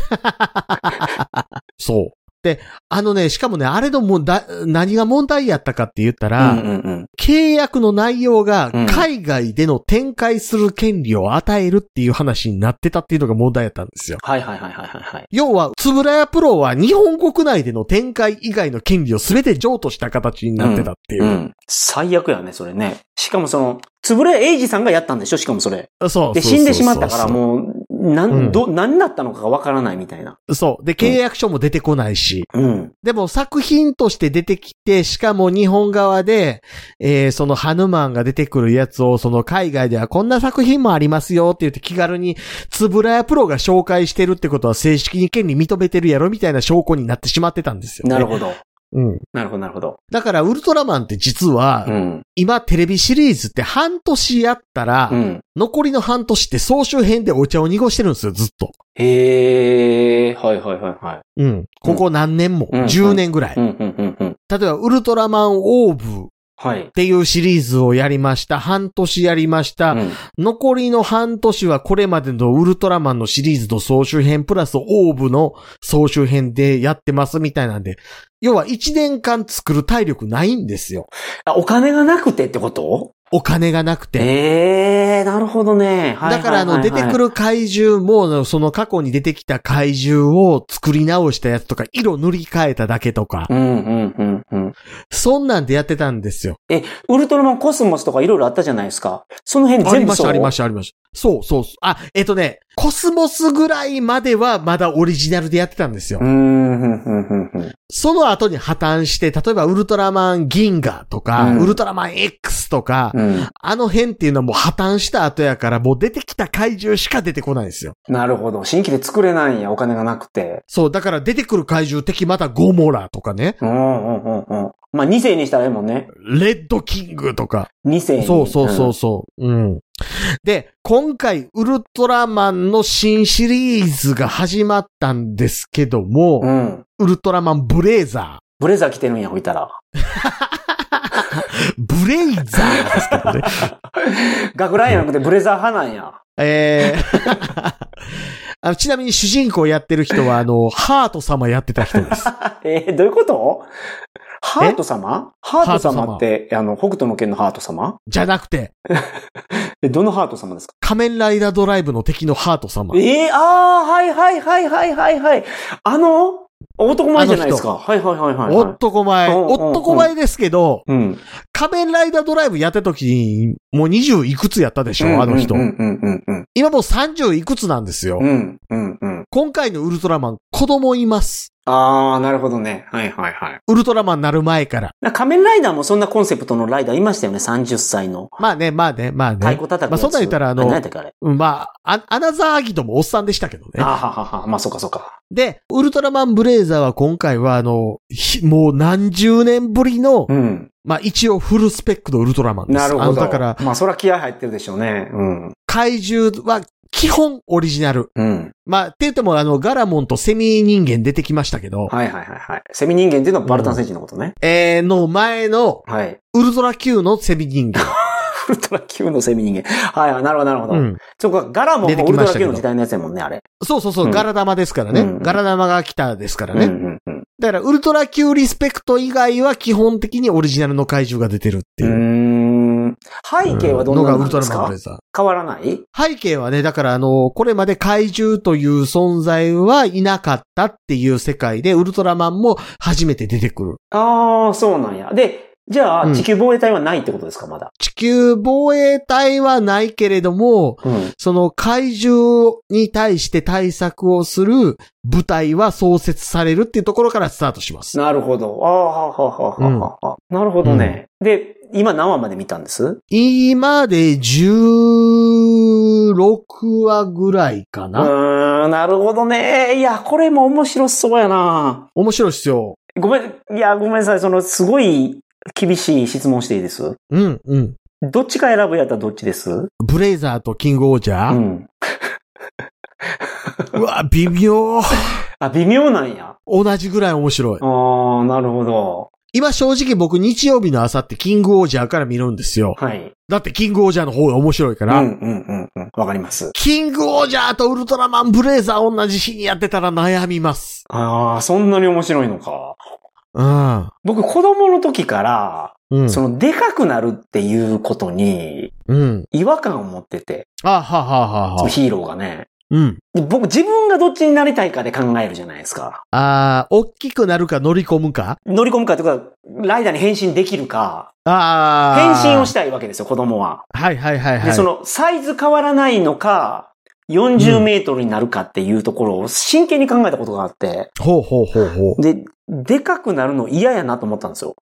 Speaker 1: そう。で、あのね、しかもね、あれのもうだ、何が問題やったかって言ったら、
Speaker 2: うんうんうん。
Speaker 1: 契約の内容が
Speaker 2: うん
Speaker 1: 海外での展開する権利を与えるっていう話になってたっていうのが問題やったんですよ。
Speaker 2: はいはいはいはいはいはい。
Speaker 1: 要は、つぶらやプロは日本国内での展開以外の権利を全て譲渡した形になってたっていうう。
Speaker 2: ん。最悪やね、それね。しかもその、つぶれえいじさんがやったんでしょしかもそれ。
Speaker 1: そう。そうそ
Speaker 2: で、
Speaker 1: うそう
Speaker 2: 死んでしまったから、もう、なん、
Speaker 1: うん
Speaker 2: ど、何だったのかがわからないみたいな。
Speaker 1: そう。で、契約書も出てこないし。
Speaker 2: うん。
Speaker 1: でも作品として出てきて、しかも日本側で、えーそのハヌマンが出てくるやつを、その海外ではこんな作品もありますよって言って気軽に、つぶらやプロが紹介してるってことは正式に権利認めてるやろみたいな証拠になってしまってたんですよ、
Speaker 2: なる
Speaker 1: ど。
Speaker 2: ほど。
Speaker 1: うん。
Speaker 2: なるほど、なるほど。
Speaker 1: だからウルトラマンって実
Speaker 2: う
Speaker 1: は、
Speaker 2: ん。
Speaker 1: 今テレビシリーズって半年やったら、
Speaker 2: うん。
Speaker 1: 残りの半年って総集編でお茶を濁してるんですよ、ずっと。
Speaker 2: へえ、はいはいはいはい。
Speaker 1: うん。ここ何年も、
Speaker 2: うん
Speaker 1: 10年ぐらい。
Speaker 2: うん、うん、うん、うん。
Speaker 1: 例えば、ウルトラマンオーブ
Speaker 2: はい
Speaker 1: っ。ていうシリーズをやりました。半年やりました。
Speaker 2: うん
Speaker 1: 残りの半年はこれまでのウルトラマンのシリーズの総集編プラスオーブの総集編でやってますみたいなんで。要は1年間作る体力ないんですよ。
Speaker 2: あ、お金がなくてってこと
Speaker 1: お金がなくて。
Speaker 2: ええー、なるほどね。はいはいはいはい
Speaker 1: だからあの出てく。る怪獣もその過去に出てきた怪獣を作り直したやつとか色塗り替えただけとか
Speaker 2: う、ん、うん、うん、うん。
Speaker 1: そんなんでやってたんですよ。
Speaker 2: え、ウルトラマンコスモスとかいろいろあったじゃないですか。その辺
Speaker 1: あり
Speaker 2: 全部
Speaker 1: まし
Speaker 2: そう
Speaker 1: た、ありました、ありました。そうそうそう。あ、えっ、とね、コスモスぐらいまではまだオリジナルでやってたんですよ。
Speaker 2: うーん、ふんふんふんふん。
Speaker 1: その後に破綻して、例えばウルトラマン銀河とか、
Speaker 2: うん
Speaker 1: ウルトラマン X とか、
Speaker 2: うん。
Speaker 1: あの辺っていうのはもう破綻した後やから、もう出てきた怪獣しか出てこないんですよ。
Speaker 2: なるほど。新規で作れないんや、お金がなくて。
Speaker 1: そう、だから出てくる怪獣敵またゴモラとかね、
Speaker 2: うん、うん、うん、うん。まあ、2世にしたらええもんね。
Speaker 1: レッドキングとか、
Speaker 2: 2世に。
Speaker 1: そうそうそうそう。うん。で、今回、ウルトラマンの新シリーズが始まったんですけども、
Speaker 2: うん。うん。
Speaker 1: ウルトラマンブレイザ
Speaker 2: ブレザー着てるんや、ほいたら。
Speaker 1: ー。ブレイザーですけどね。
Speaker 2: 学ランやなくてブレザー派なんや。
Speaker 1: えー あのちなみに主人公やってる人は、あの、ハート様やってた人です。
Speaker 2: えーどういうことハート様ハート様って、あの、北斗の拳のハート様
Speaker 1: じゃなくて、
Speaker 2: え、どのハート様ですか
Speaker 1: 仮面ライダードライブの敵のハート様。
Speaker 2: えー、あー、はいはいはいはいはいはい。あの、男前じゃないですか。はいはいはいはい、
Speaker 1: お
Speaker 2: はい
Speaker 1: っ。とこまえ。
Speaker 2: うんうんうん
Speaker 1: おっとこまえですけど、
Speaker 2: うん。
Speaker 1: 仮面ライダードライブやった時に、もう20いくつやったでしょ、あの人
Speaker 2: う。んうんうんうん
Speaker 1: 今もう30いくつなんですよ
Speaker 2: うん。う。んうんうん。
Speaker 1: 今回のウルトラマン、子供います。
Speaker 2: あー、なるほどね。はいはいはい。
Speaker 1: ウルトラマンなる前から。
Speaker 2: な仮面ライダーもそんなコンセプトのライダーいましたよね、30歳の。
Speaker 1: まあね、まあね、まあね。
Speaker 2: 太鼓叩くやつ。
Speaker 1: まあそんなん言ったらあの
Speaker 2: れ何やったっけあれ。
Speaker 1: うんまあ、あアナザーギドもおっさんでしたけどね。
Speaker 2: あはははまあそうかそうか。
Speaker 1: で、ウルトラマンブレイザーは今回はあの、ひもう何十年ぶりの、
Speaker 2: うん。
Speaker 1: まあ一応フルスペックのウルトラマンです。
Speaker 2: なる
Speaker 1: あ
Speaker 2: ほ
Speaker 1: の
Speaker 2: ど。
Speaker 1: だから、
Speaker 2: まあそら気合入ってるでしょうね。うん。
Speaker 1: 怪獣は基本オリジナル。
Speaker 2: うん。
Speaker 1: まあ、って言ってもあの、ガラモンとセミ人間出てきましたけど、
Speaker 2: はいはいはいはい。セミ人間っていうのはバルタン星人のことね。
Speaker 1: えー、の前の、
Speaker 2: はい。
Speaker 1: ウルトラ Q のセミ人間。
Speaker 2: ウルトラ Q のセミ人間。はいはい、なるほどなるほど。
Speaker 1: うん。
Speaker 2: そこか、ガラモン
Speaker 1: 出て
Speaker 2: もウ
Speaker 1: き
Speaker 2: ル
Speaker 1: ま
Speaker 2: ト
Speaker 1: し
Speaker 2: ラ
Speaker 1: たけ
Speaker 2: Q
Speaker 1: ど
Speaker 2: の時代のやつやもんね、あれ。
Speaker 1: そうそうそう、
Speaker 2: うん
Speaker 1: ガラ玉ですから
Speaker 2: う
Speaker 1: ね
Speaker 2: ん。
Speaker 1: ガラ玉が来たですから
Speaker 2: う
Speaker 1: ね。
Speaker 2: んうん
Speaker 1: だから、ウルトラ Q リスペクト以外は基本的にオリジナルの怪獣が出てるって
Speaker 2: う
Speaker 1: いう。
Speaker 2: ん。うーん。背景はどん
Speaker 1: の
Speaker 2: な
Speaker 1: がウ
Speaker 2: の
Speaker 1: ルトラ
Speaker 2: です
Speaker 1: マン
Speaker 2: か
Speaker 1: ブレイザー。
Speaker 2: 変わらない
Speaker 1: 背景はね、だからあの、これまで怪獣という存在はいなかったっていう世界で、ウルトラマンも初めて出てくる。
Speaker 2: ああ、そうなんや。で、じゃ
Speaker 1: う
Speaker 2: あ、
Speaker 1: ん
Speaker 2: 地球防衛隊はないってことですか、まだ。
Speaker 1: 地球防衛隊はないけれども、
Speaker 2: うん。
Speaker 1: その怪獣に対して対策をする部隊は創設されるっていうところからスタートします。
Speaker 2: なるほど。ああ、はははははは。なるほどね。で、今何話まで見たんです
Speaker 1: 今で16話ぐらいか
Speaker 2: う
Speaker 1: な。
Speaker 2: ーん、なるほどね。いや、これも面白そうやな。
Speaker 1: 面白いっすよ。
Speaker 2: ごめん、いや、ごめんなさい。その、すごい厳しい質問していいです。
Speaker 1: うん、うん。
Speaker 2: どっちか選ぶやったらどっちです
Speaker 1: ブレイザーとキングオージャ
Speaker 2: う
Speaker 1: ー、
Speaker 2: ん。
Speaker 1: うわ、微妙。
Speaker 2: あ、微妙なんや。
Speaker 1: 同じぐらい面白い。
Speaker 2: ああ、なるほど。
Speaker 1: 今正直僕日曜日の朝ってキングオージャーから見るんですよ。
Speaker 2: はい。
Speaker 1: だってキングオージャーの方が面白いか
Speaker 2: うん
Speaker 1: ら。
Speaker 2: うんうんうん。わかります。
Speaker 1: キングオージャーとウルトラマンブレイザー同じ日にやってたら悩みます。
Speaker 2: ああ、そんなに面白いのか。
Speaker 1: うん。
Speaker 2: 僕、子供の時から、
Speaker 1: うん。
Speaker 2: その、でかくなるっていうことに、
Speaker 1: うん。
Speaker 2: 違和感を持ってて、
Speaker 1: あははは
Speaker 2: そ
Speaker 1: は
Speaker 2: の。ヒーローがね。
Speaker 1: うん。
Speaker 2: で僕、自分がどっちになりたいかで考えるじゃないですか。
Speaker 1: ああ、大きくなるか乗り込むか
Speaker 2: 乗り込むかとか、ライダーに変身できるか、
Speaker 1: あ
Speaker 2: 変
Speaker 1: あ。
Speaker 2: 身をしたいわけですよ、子供は。
Speaker 1: はいはいはいはい。
Speaker 2: で、その、サイズ変わらないのか、40メートルになるかっていうところを真剣に考えたことがあって、
Speaker 1: ほうほうほうほう。
Speaker 2: で、でかくなるの嫌やなと思ったんですよ。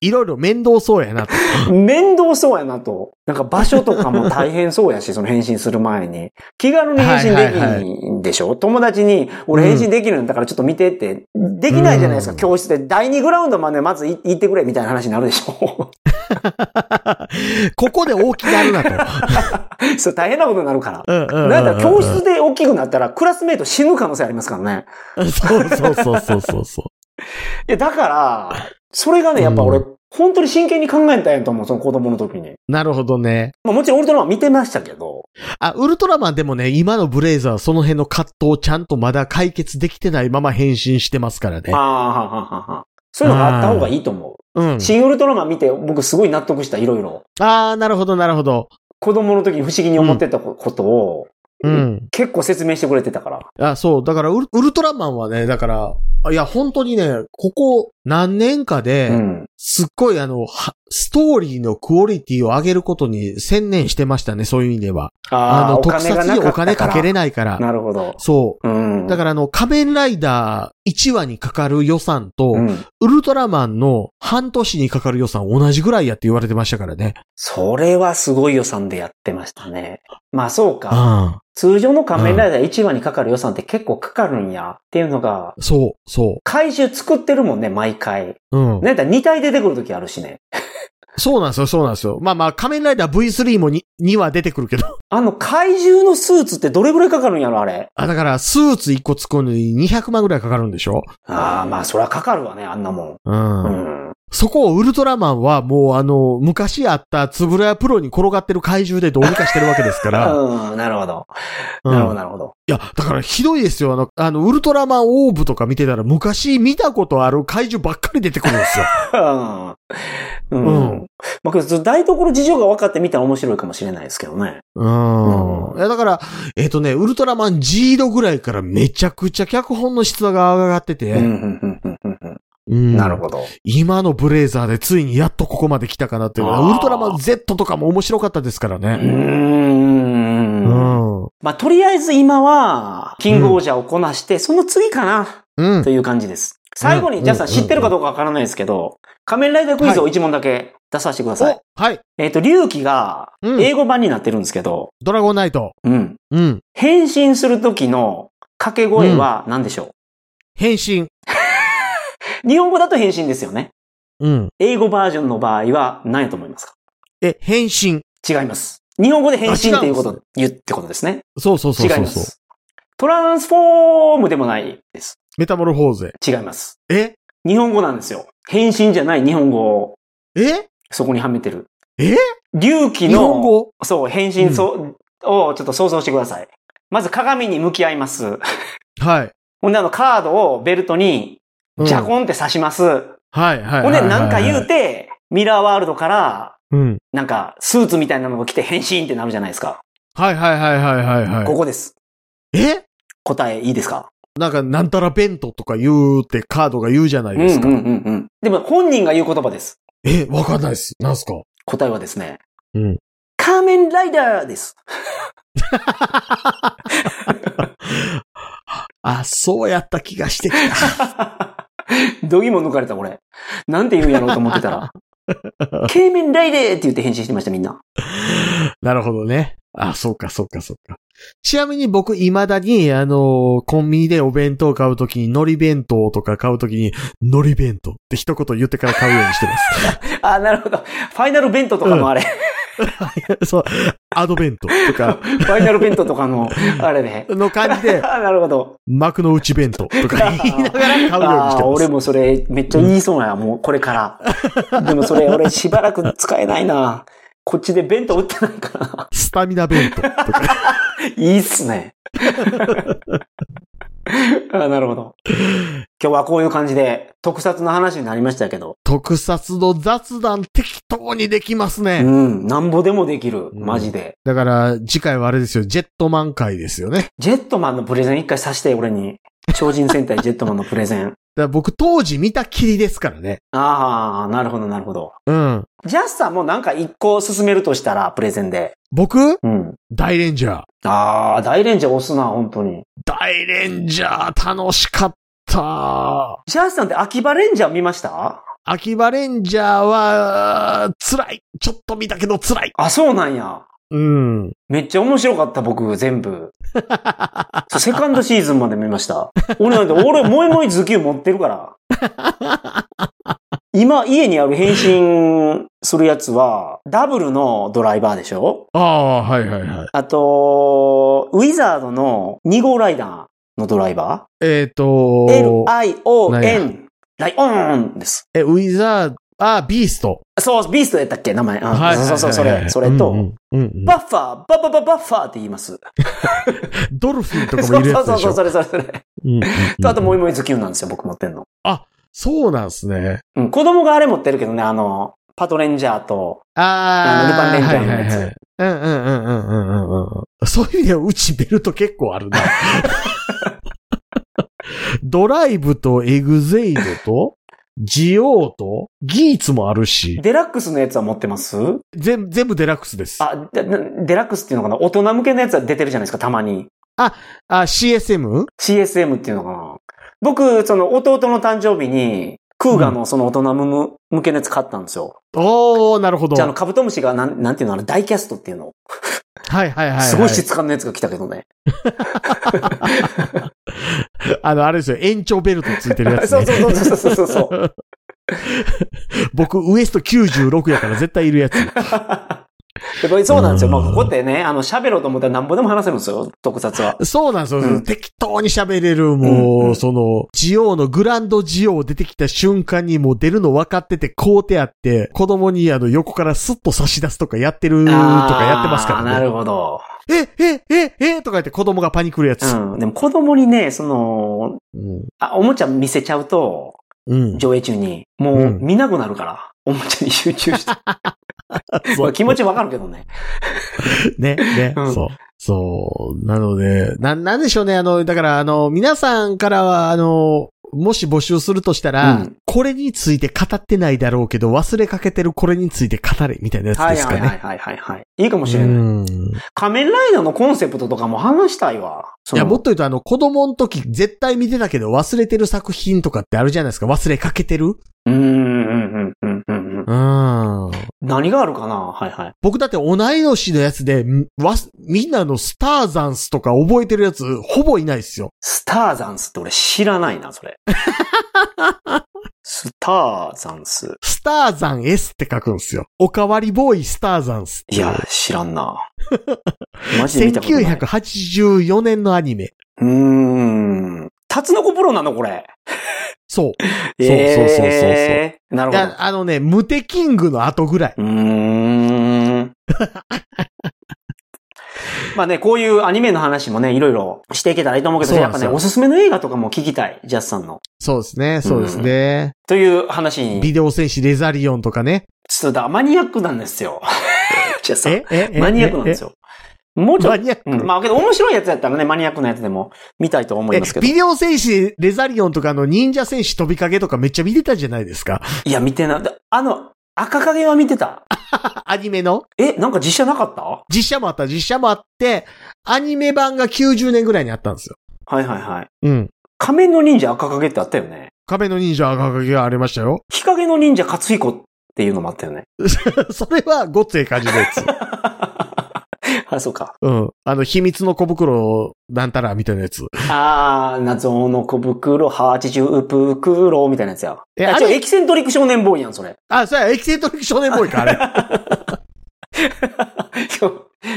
Speaker 1: いろいろ面倒そうやなと。
Speaker 2: 面倒そうやなと。なんか場所とかも大変そうやし、その変身する前に。気軽に変身でき
Speaker 1: はいはいは
Speaker 2: ないんでしょ、友達に、俺変身できるんだからちょっと見てって。できないじゃないですか、
Speaker 1: うん
Speaker 2: 教室で。第2グラウンドまでまずい行ってくれみたいな話になるでしょ
Speaker 1: ここで大きくなるなと。
Speaker 2: そう、大変なことになるから。
Speaker 1: うんうんうん。
Speaker 2: なんだ、教室で大きくなったら、クラスメイト死ぬ可能性ありますからね。
Speaker 1: そうそうそうそうそうそ
Speaker 2: いや、だから、それがね、やっぱ俺、
Speaker 1: う
Speaker 2: 本当に真剣に考えたんやと思う、その子供の時に。
Speaker 1: う。なるほどね。
Speaker 2: まあもちろんウルトラマン見てましたけど、
Speaker 1: あ、ウルトラマンでもね、今のブレイザーはその辺の葛藤をちゃんとまだ解決できてないまま変身してますからね
Speaker 2: あ。あ、はんはんはんはんそういうのがあった方がいいと思う。
Speaker 1: うん。
Speaker 2: シン・ウルトラマン見て、僕すごい納得した、いろいろ。
Speaker 1: ああ、なるほどなるほど。
Speaker 2: 子供の時に不思議に思ってたこことを、
Speaker 1: うん。
Speaker 2: 結構説明してくれてたから。
Speaker 1: あ、そう。だからウル、ウルトラマンはね、だから、あいや、本当にね、ここ何年かで、
Speaker 2: うん。
Speaker 1: すっごいあの、はストーリーのクオリティを上げることに専念してましたね、そういう意味では。あ
Speaker 2: ああ、
Speaker 1: の、
Speaker 2: お
Speaker 1: 特
Speaker 2: 金が
Speaker 1: 撮
Speaker 2: な
Speaker 1: に
Speaker 2: か
Speaker 1: お
Speaker 2: った
Speaker 1: 金
Speaker 2: か
Speaker 1: かけれ
Speaker 2: ら。
Speaker 1: ないから。
Speaker 2: なるほど。
Speaker 1: そう。
Speaker 2: うん。
Speaker 1: だからあの、仮面ライダー1話にかかる予算と、
Speaker 2: うん。
Speaker 1: ウルトラマンの半年にかかる予算同じぐらいやって言われてましたからね。
Speaker 2: それはすごい予算でやってましたね。まあそうか。
Speaker 1: あ
Speaker 2: 通常の仮面ライダー1話にかかる予算って結構かかるんやっていうのが、
Speaker 1: あ、そう、そ
Speaker 2: 回収作ってるもんね、毎回。
Speaker 1: う。うん。
Speaker 2: なんだ、2体出てくる時あるしね。
Speaker 1: そうなんですよ、そうなんですよ。まあまあ、仮面ライダー V3 も 2, 2話出てくるけど。
Speaker 2: あの、怪獣のスーツってどれぐらいかかるんやろ、あれ。
Speaker 1: あ、だから、スーツ1個作るのに200万ぐらいかかるんでしょ
Speaker 2: ああ、まあ、そりゃかかるわね、あんなも。
Speaker 1: うんん。
Speaker 2: うん。
Speaker 1: そこをウルトラマンはもうあの、昔あったつぶらやプロに転がってる怪獣でどうにかしてるわけですか ら。
Speaker 2: うん、なるほど。
Speaker 1: うん
Speaker 2: なるほど、なるほど。
Speaker 1: いや、だからひどいですよ。あの、あの、ウルトラマンオーブとか見てたら昔見たことある怪獣ばっかり出てくるん ですよ。
Speaker 2: うん。
Speaker 1: うん
Speaker 2: うん。まあ、けど台所事情が分かってみたら面白いかもしれないですけどね。
Speaker 1: うん。いや、だから、えっ、とね、ウルトラマン G 度ぐらいからめちゃくちゃ脚本の質が上がって
Speaker 2: うん、う
Speaker 1: て。
Speaker 2: ん、うん、うんうんうん。
Speaker 1: うん
Speaker 2: なるほど。
Speaker 1: 今のブレイザーでついにやっとここまで来たかなっていうのは
Speaker 2: あー
Speaker 1: ウルトラマン Z とかも面白かったですから
Speaker 2: うー。
Speaker 1: ね。うんん。う
Speaker 2: まあ、とりあえず今は、キングオージャーをこなして、その次かな、
Speaker 1: ん
Speaker 2: と。いう感じです。最後
Speaker 1: う
Speaker 2: に、
Speaker 1: ん
Speaker 2: ジャスさん
Speaker 1: うんうん
Speaker 2: 知ってるかどうかわからないですけど、仮面ライダークイズを一問だけ出させてください。
Speaker 1: おはい。
Speaker 2: えっ、と、龍騎が、
Speaker 1: うん
Speaker 2: 英語版になってるんですけど、
Speaker 1: ドラゴンナイト。
Speaker 2: うん。
Speaker 1: うん。
Speaker 2: 変身する時の掛け声は何でしょ
Speaker 1: 変身。
Speaker 2: う、日本語だと変身ですよね。
Speaker 1: うん。
Speaker 2: 英語バージョンの場合は何やと思いますか
Speaker 1: え、変身。
Speaker 2: 違います。日本語で変身っていうこ
Speaker 1: あ違
Speaker 2: と、言うってことですね。
Speaker 1: そうそう
Speaker 2: 違
Speaker 1: そう
Speaker 2: い
Speaker 1: そう
Speaker 2: ま
Speaker 1: そう。
Speaker 2: す。トランスフォームでもないです。
Speaker 1: メタモルフォーゼ。
Speaker 2: 違います。
Speaker 1: え
Speaker 2: 日本語なんですよ。変身じゃない日本語を
Speaker 1: え
Speaker 2: そこにはめてる。
Speaker 1: え
Speaker 2: 隆起
Speaker 1: 日本
Speaker 2: の、
Speaker 1: 語
Speaker 2: そう、変
Speaker 1: う
Speaker 2: 身
Speaker 1: ん
Speaker 2: そうをちょっと想像してください。まず鏡に向き合います。
Speaker 1: はい。
Speaker 2: ほんであのカードをベルト
Speaker 1: う
Speaker 2: に、
Speaker 1: ん
Speaker 2: ジャコンって刺します。
Speaker 1: はいはい。
Speaker 2: ほんでなんか言う
Speaker 1: う。
Speaker 2: て、ミラーワールドから、
Speaker 1: うん。
Speaker 2: なんかスーツみたいなのが来て変身ってなるじゃないですか。
Speaker 1: はいはいはいはいはいは
Speaker 2: こ
Speaker 1: い。
Speaker 2: こです。
Speaker 1: え
Speaker 2: 答えいいですか
Speaker 1: なんか、なんたら弁当とか言うってカードが言うじゃな
Speaker 2: う
Speaker 1: い
Speaker 2: んう
Speaker 1: で
Speaker 2: ん
Speaker 1: す
Speaker 2: う
Speaker 1: か。
Speaker 2: んうん。でも本人が言う言葉です。
Speaker 1: え、わかんないです。なんすか
Speaker 2: 答えはですね。
Speaker 1: うん。
Speaker 2: 仮面ライダー です。
Speaker 1: あ、そうやった気がしてきた。
Speaker 2: どぎも抜かれた、これ。なんて言うんやろうと思って たら。軽面ライデーって言って返信してました、みんな。
Speaker 1: なるほどね。あ、そうか、そうか、そうか。ちなみに僕、未だに、あのーコンビニでお弁当買うときに、海苔弁当とか買うときに、海苔弁当って一言言ってから買うようにしてます。
Speaker 2: あ、なるほど。ファイナルベントとかもあれ。
Speaker 1: そう。アドベントとか、
Speaker 2: ファイナル弁当とかの、あれね。
Speaker 1: の感じで、
Speaker 2: あなるほど。
Speaker 1: 幕の内弁当とか 言いながら買うようにしてま
Speaker 2: あ
Speaker 1: す
Speaker 2: あ、。俺もそれめっちゃ言いそうや、もうこ れから。でもそれ俺しばらく使えないな。こっちで弁当売ってないから。
Speaker 1: スタミナ弁当とか。
Speaker 2: いいっすね。あなるほど。今日はこういう感じで特撮の話になりましたけど。
Speaker 1: 特撮の雑談適当にできます
Speaker 2: う
Speaker 1: ね。
Speaker 2: ん。なんぼでもできる。
Speaker 1: うん
Speaker 2: マジで。
Speaker 1: だから、次回はあれですよ、ジェットマン会ですよね。だか
Speaker 2: ジェットマンのプレゼン一回さして、俺に。超人 戦隊ジェットマンのプレゼン。
Speaker 1: ら僕当時見たきりですからね。
Speaker 2: ああ、なるほど、なるほど。
Speaker 1: うん。
Speaker 2: ジャスさんもなんか一個進めるとしたら、プレゼンで。
Speaker 1: 僕
Speaker 2: うん。
Speaker 1: 大レンジャー。
Speaker 2: ああ、大レンジャー押すな、本当に。
Speaker 1: 大レンジャー楽しかった。
Speaker 2: ジャスさんって秋葉レンジャー見ました
Speaker 1: 秋葉レンジャーは、辛い。ちょっと見たけど辛い。
Speaker 2: あ、そうなんや。
Speaker 1: うん。
Speaker 2: めっちゃ面白かった、僕、全 部。そうセカンドシーズンまで見ました。俺なんて、俺、もいもいズキュー持ってるから。今、家にある変身するやつは、ダブルのドライバーでしょ
Speaker 1: ああ、はいはいはい。
Speaker 2: あと、ウィザードの2号ライダーのドライバ
Speaker 1: えっ、と
Speaker 2: ー。
Speaker 1: なんや
Speaker 2: L-I-O-N。ライオンです。
Speaker 1: え、ウィザー、あー、ビースト。
Speaker 2: そう、ビーストやったっけ名前。うん
Speaker 1: はいはいはいはい
Speaker 2: そうそう、それ、それ
Speaker 1: う
Speaker 2: と、
Speaker 1: んうんうんうん
Speaker 2: バッファー、バッバババッファーって言います。
Speaker 1: ドルフィンと
Speaker 2: そう
Speaker 1: かもいるやつ
Speaker 2: そ
Speaker 1: で
Speaker 2: う
Speaker 1: し
Speaker 2: そう、
Speaker 1: ょ。
Speaker 2: それそれそれ。
Speaker 1: うんうんうん
Speaker 2: と、あと、もいもいズキュンなんですよ、僕持ってんの。
Speaker 1: そうなんすね。
Speaker 2: うん、子供があれ持ってるけどね、あの、パトレンジャーと、
Speaker 1: あ
Speaker 2: ルパンレンジャーの
Speaker 1: はい
Speaker 2: やつ
Speaker 1: はいはい。うんうんうんうんうんうんうん。そういう意味では、うちベルト結構あ るな。ドライブとエグゼイドと、ジオーと、ギーツもあるし、
Speaker 2: デラックスのやつは持ってます
Speaker 1: 全全部デラックスです。あ
Speaker 2: あ、でなデラックスっていうのかな大人向けのやつは出てるじゃないですか、たまに。
Speaker 1: CSM?
Speaker 2: CSM っていうのかな僕、その、弟の誕生日に、クーガのその大人むむ向けのやつ買ったんですよ。
Speaker 1: おー、なるほど。
Speaker 2: じゃあ、あ
Speaker 1: は
Speaker 2: の、カブトムシが、なん、なんていうのあれ、ダイキャストっていうの。
Speaker 1: いはいはい、はい。
Speaker 2: すごい質感のやつが来たけどね。
Speaker 1: あの、あれですよ、延長ベルトついてるやつ
Speaker 2: そう
Speaker 1: ね。
Speaker 2: そうそうそうそうそう。
Speaker 1: 僕、ウエスト96やから絶対いるやつ。
Speaker 2: でこれそうなんですよ。
Speaker 1: うん
Speaker 2: まあ、ここってね、あの、喋ろうと思ったら何ぼでも話せるんですよ、特撮は。
Speaker 1: そうなんですよ。
Speaker 2: うん
Speaker 1: 適当に喋れる、もう、
Speaker 2: うんうん
Speaker 1: その、ジオウのグランドジオウ出てきた瞬間にもう出るの分かってて、こうてあって、子供にあの、横からスッと差し出すとかやってるとかやってますか
Speaker 2: あーな
Speaker 1: らね。
Speaker 2: るほど。
Speaker 1: え、え、え、え、とか言って子供がパニクるやつ。
Speaker 2: うん。でも子供にね、その、
Speaker 1: うん。
Speaker 2: あ、おもちゃ見せちゃうと、
Speaker 1: うん。
Speaker 2: 上映中に、も
Speaker 1: う
Speaker 2: うん見なくなるから、おもちゃに集中 して。まあ気持ちわかるけどね。
Speaker 1: ね、ね、
Speaker 2: うん
Speaker 1: そう。そう。なので、な、なんでしょうね。あの、だから、あの、皆さんからは、あの、もし募集するとしたら、
Speaker 2: うん
Speaker 1: これについて語ってないだろうけど、忘れかけてるこれについて語れ、みたいなやつ
Speaker 2: は
Speaker 1: で
Speaker 2: い
Speaker 1: すか
Speaker 2: はい
Speaker 1: ね。
Speaker 2: はいはいはいはい。いいかもしれない。
Speaker 1: うん。
Speaker 2: 仮面ライダーのコンセプトとかも話したいわ。そ
Speaker 1: い
Speaker 2: の
Speaker 1: や、もっと言うと、あの、子供の時、絶対見てたけど、忘れてる作品とかってあるじゃないですか。忘れかけてる
Speaker 2: うんうんうんうんうんうん。
Speaker 1: うん。
Speaker 2: 何があるかなはいはい。
Speaker 1: 僕だって同い年のやつで、んわす、みんなのスターザンスとか覚えてるやつ、ほぼいないですよ。
Speaker 2: スターザンスって俺知らないな、それ。スターザンス。
Speaker 1: スターザン S って書くんですよ。おかわりボーイスターザンス。
Speaker 2: いや、知らんな。マジで見たことない。
Speaker 1: 1984年のアニメ。
Speaker 2: うーん。タツノコプロなのこれ。
Speaker 1: そう。そう
Speaker 2: え
Speaker 1: そうそうそうそう
Speaker 2: えーなる
Speaker 1: いや
Speaker 2: ほ
Speaker 1: あのね、ムテキングの後ぐらい。
Speaker 2: ど。う ーん。まあね、こういうアニメの話もね、いろいろしていけたらいいと思うけど、
Speaker 1: そうな
Speaker 2: や
Speaker 1: ん
Speaker 2: っ
Speaker 1: で
Speaker 2: ぱ
Speaker 1: す
Speaker 2: ね、
Speaker 1: よ
Speaker 2: おすすめの映画とかも聞きたい、ジャスさんの。
Speaker 1: そうですね、そうですね。
Speaker 2: という話
Speaker 1: ビ
Speaker 2: に、
Speaker 1: デオ戦士レザリオンとかね。
Speaker 2: ちょっとだマニアックなんで すよ。ジャスさん
Speaker 1: え。ええ
Speaker 2: マニアックなんですよ。もう
Speaker 1: え
Speaker 2: ちょ
Speaker 1: マ
Speaker 2: っと、
Speaker 1: ニアック。
Speaker 2: うん、まあけど面白いやつやったらね、マニアックなやつでも見たいと思い
Speaker 1: え
Speaker 2: ますけ、ど。
Speaker 1: ビデオ戦士、レザリオンとかあの忍者戦士飛びかけとかめっちゃ見てたじゃないですか。
Speaker 2: いや、見てない。であの、赤影は見てた。
Speaker 1: アニメの
Speaker 2: え、なんか実写なかったは
Speaker 1: 実写もあった、実写もあって、アニメ版が90年ぐらいにあったんですよ。
Speaker 2: いはいはい。
Speaker 1: うん。
Speaker 2: 仮面の忍者赤影ってあったよね。
Speaker 1: 壁の忍者赤影がありましたよ。
Speaker 2: 日陰の忍者勝彦っていうのもあったよね。
Speaker 1: それはごっつええ感じのやつ。
Speaker 2: あ、そうか。
Speaker 1: うん。あの、秘密の小袋、なんたら、みたいなやつ。
Speaker 2: あー、謎の小袋、八十袋みたいなやつや。
Speaker 1: え
Speaker 2: え、
Speaker 1: あれ
Speaker 2: あ、ちょ、エキセントリック少年ボーイやん、それ。
Speaker 1: あ、そうや、エキセントリック少年ボーイか、あれ。
Speaker 2: そう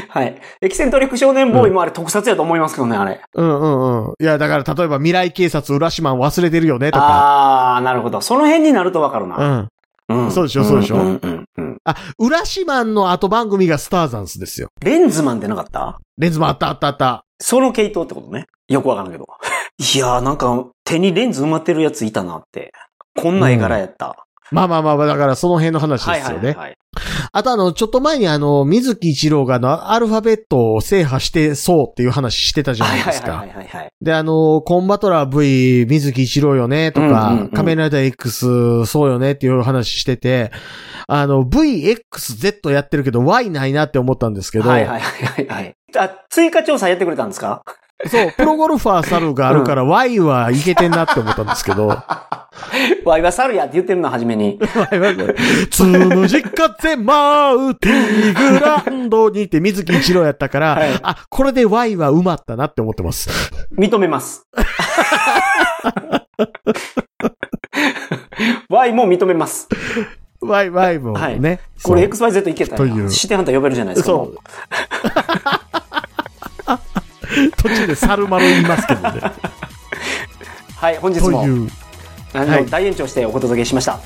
Speaker 2: はい。エキセントリック少年ボーイもあれ特撮やと思いますけどね、あれ。
Speaker 1: うんうんうん。いや、だから例えば未来警察浦島忘れてるよねとか。
Speaker 2: あー、なるほど。その辺になるとわかる
Speaker 1: う
Speaker 2: な。
Speaker 1: ん。
Speaker 2: うん
Speaker 1: そうでしょそうでしょ
Speaker 2: うんうんうん。
Speaker 1: あ、浦島の後番組がスターザンスですよ。
Speaker 2: レンズマンってなかった
Speaker 1: レンズもあったあったあった。
Speaker 2: その系統ってことね。よくわからんけど。 いやーなんか手にレンズ埋まってるやついたなって。こんな絵柄やった。
Speaker 1: まあまあまあまあ、だからその辺の話
Speaker 2: は
Speaker 1: で
Speaker 2: いは
Speaker 1: す
Speaker 2: い
Speaker 1: よ
Speaker 2: はい
Speaker 1: ね。
Speaker 2: はい。
Speaker 1: あとあの、ちょっと前にあの、水木一郎があのアルファベットを制覇してそうっていう話してたじゃ
Speaker 2: は
Speaker 1: ないいで
Speaker 2: はい
Speaker 1: す
Speaker 2: はい
Speaker 1: か。
Speaker 2: はいはい。
Speaker 1: で、あの、コンバトラー V 水木一郎よねと
Speaker 2: うんうんう
Speaker 1: か
Speaker 2: ん、
Speaker 1: 仮面ライダー X そうよねっていう話してて、あの、VXZ やってるけど Y ないなって思ったんですけど、
Speaker 2: はいはいはいはいはい。あ、追加調査やってくれたんですか
Speaker 1: そう、プロゴルファー猿があるから Y はいけてんなって思ったんですけ ど、
Speaker 2: わいは猿やって言ってるの、初めに。
Speaker 1: つむじ風マウティグランドにって水木一郎やったから、
Speaker 2: はい
Speaker 1: あ、これで Y は埋まったなって思ってます。
Speaker 2: 認めます。わいも認めます。
Speaker 1: Y、Y もね。
Speaker 2: はい
Speaker 1: そう
Speaker 2: これ XYZ いけた
Speaker 1: と
Speaker 2: よ
Speaker 1: い
Speaker 2: な。
Speaker 1: う
Speaker 2: 視点ハンター呼べるじゃないですか。も
Speaker 1: そうう。 途中で猿丸言いますけどね。
Speaker 2: はい、本日
Speaker 1: と
Speaker 2: も
Speaker 1: いう。
Speaker 2: あ
Speaker 1: は
Speaker 2: の
Speaker 1: い
Speaker 2: 大延長してお届けしました。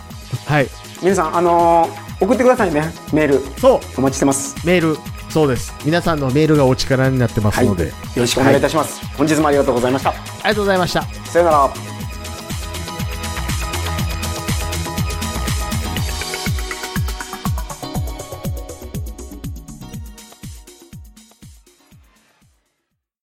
Speaker 1: はい。
Speaker 2: 皆さん、あのー送ってくださいね、メール。
Speaker 1: そう、
Speaker 2: お待ちしてます。
Speaker 1: メール。そうです。皆さんのメールがお力になってますので。
Speaker 2: よろしくお願いいたします。本日もありがとうございました。
Speaker 1: ありがとうございました。
Speaker 2: さよなら。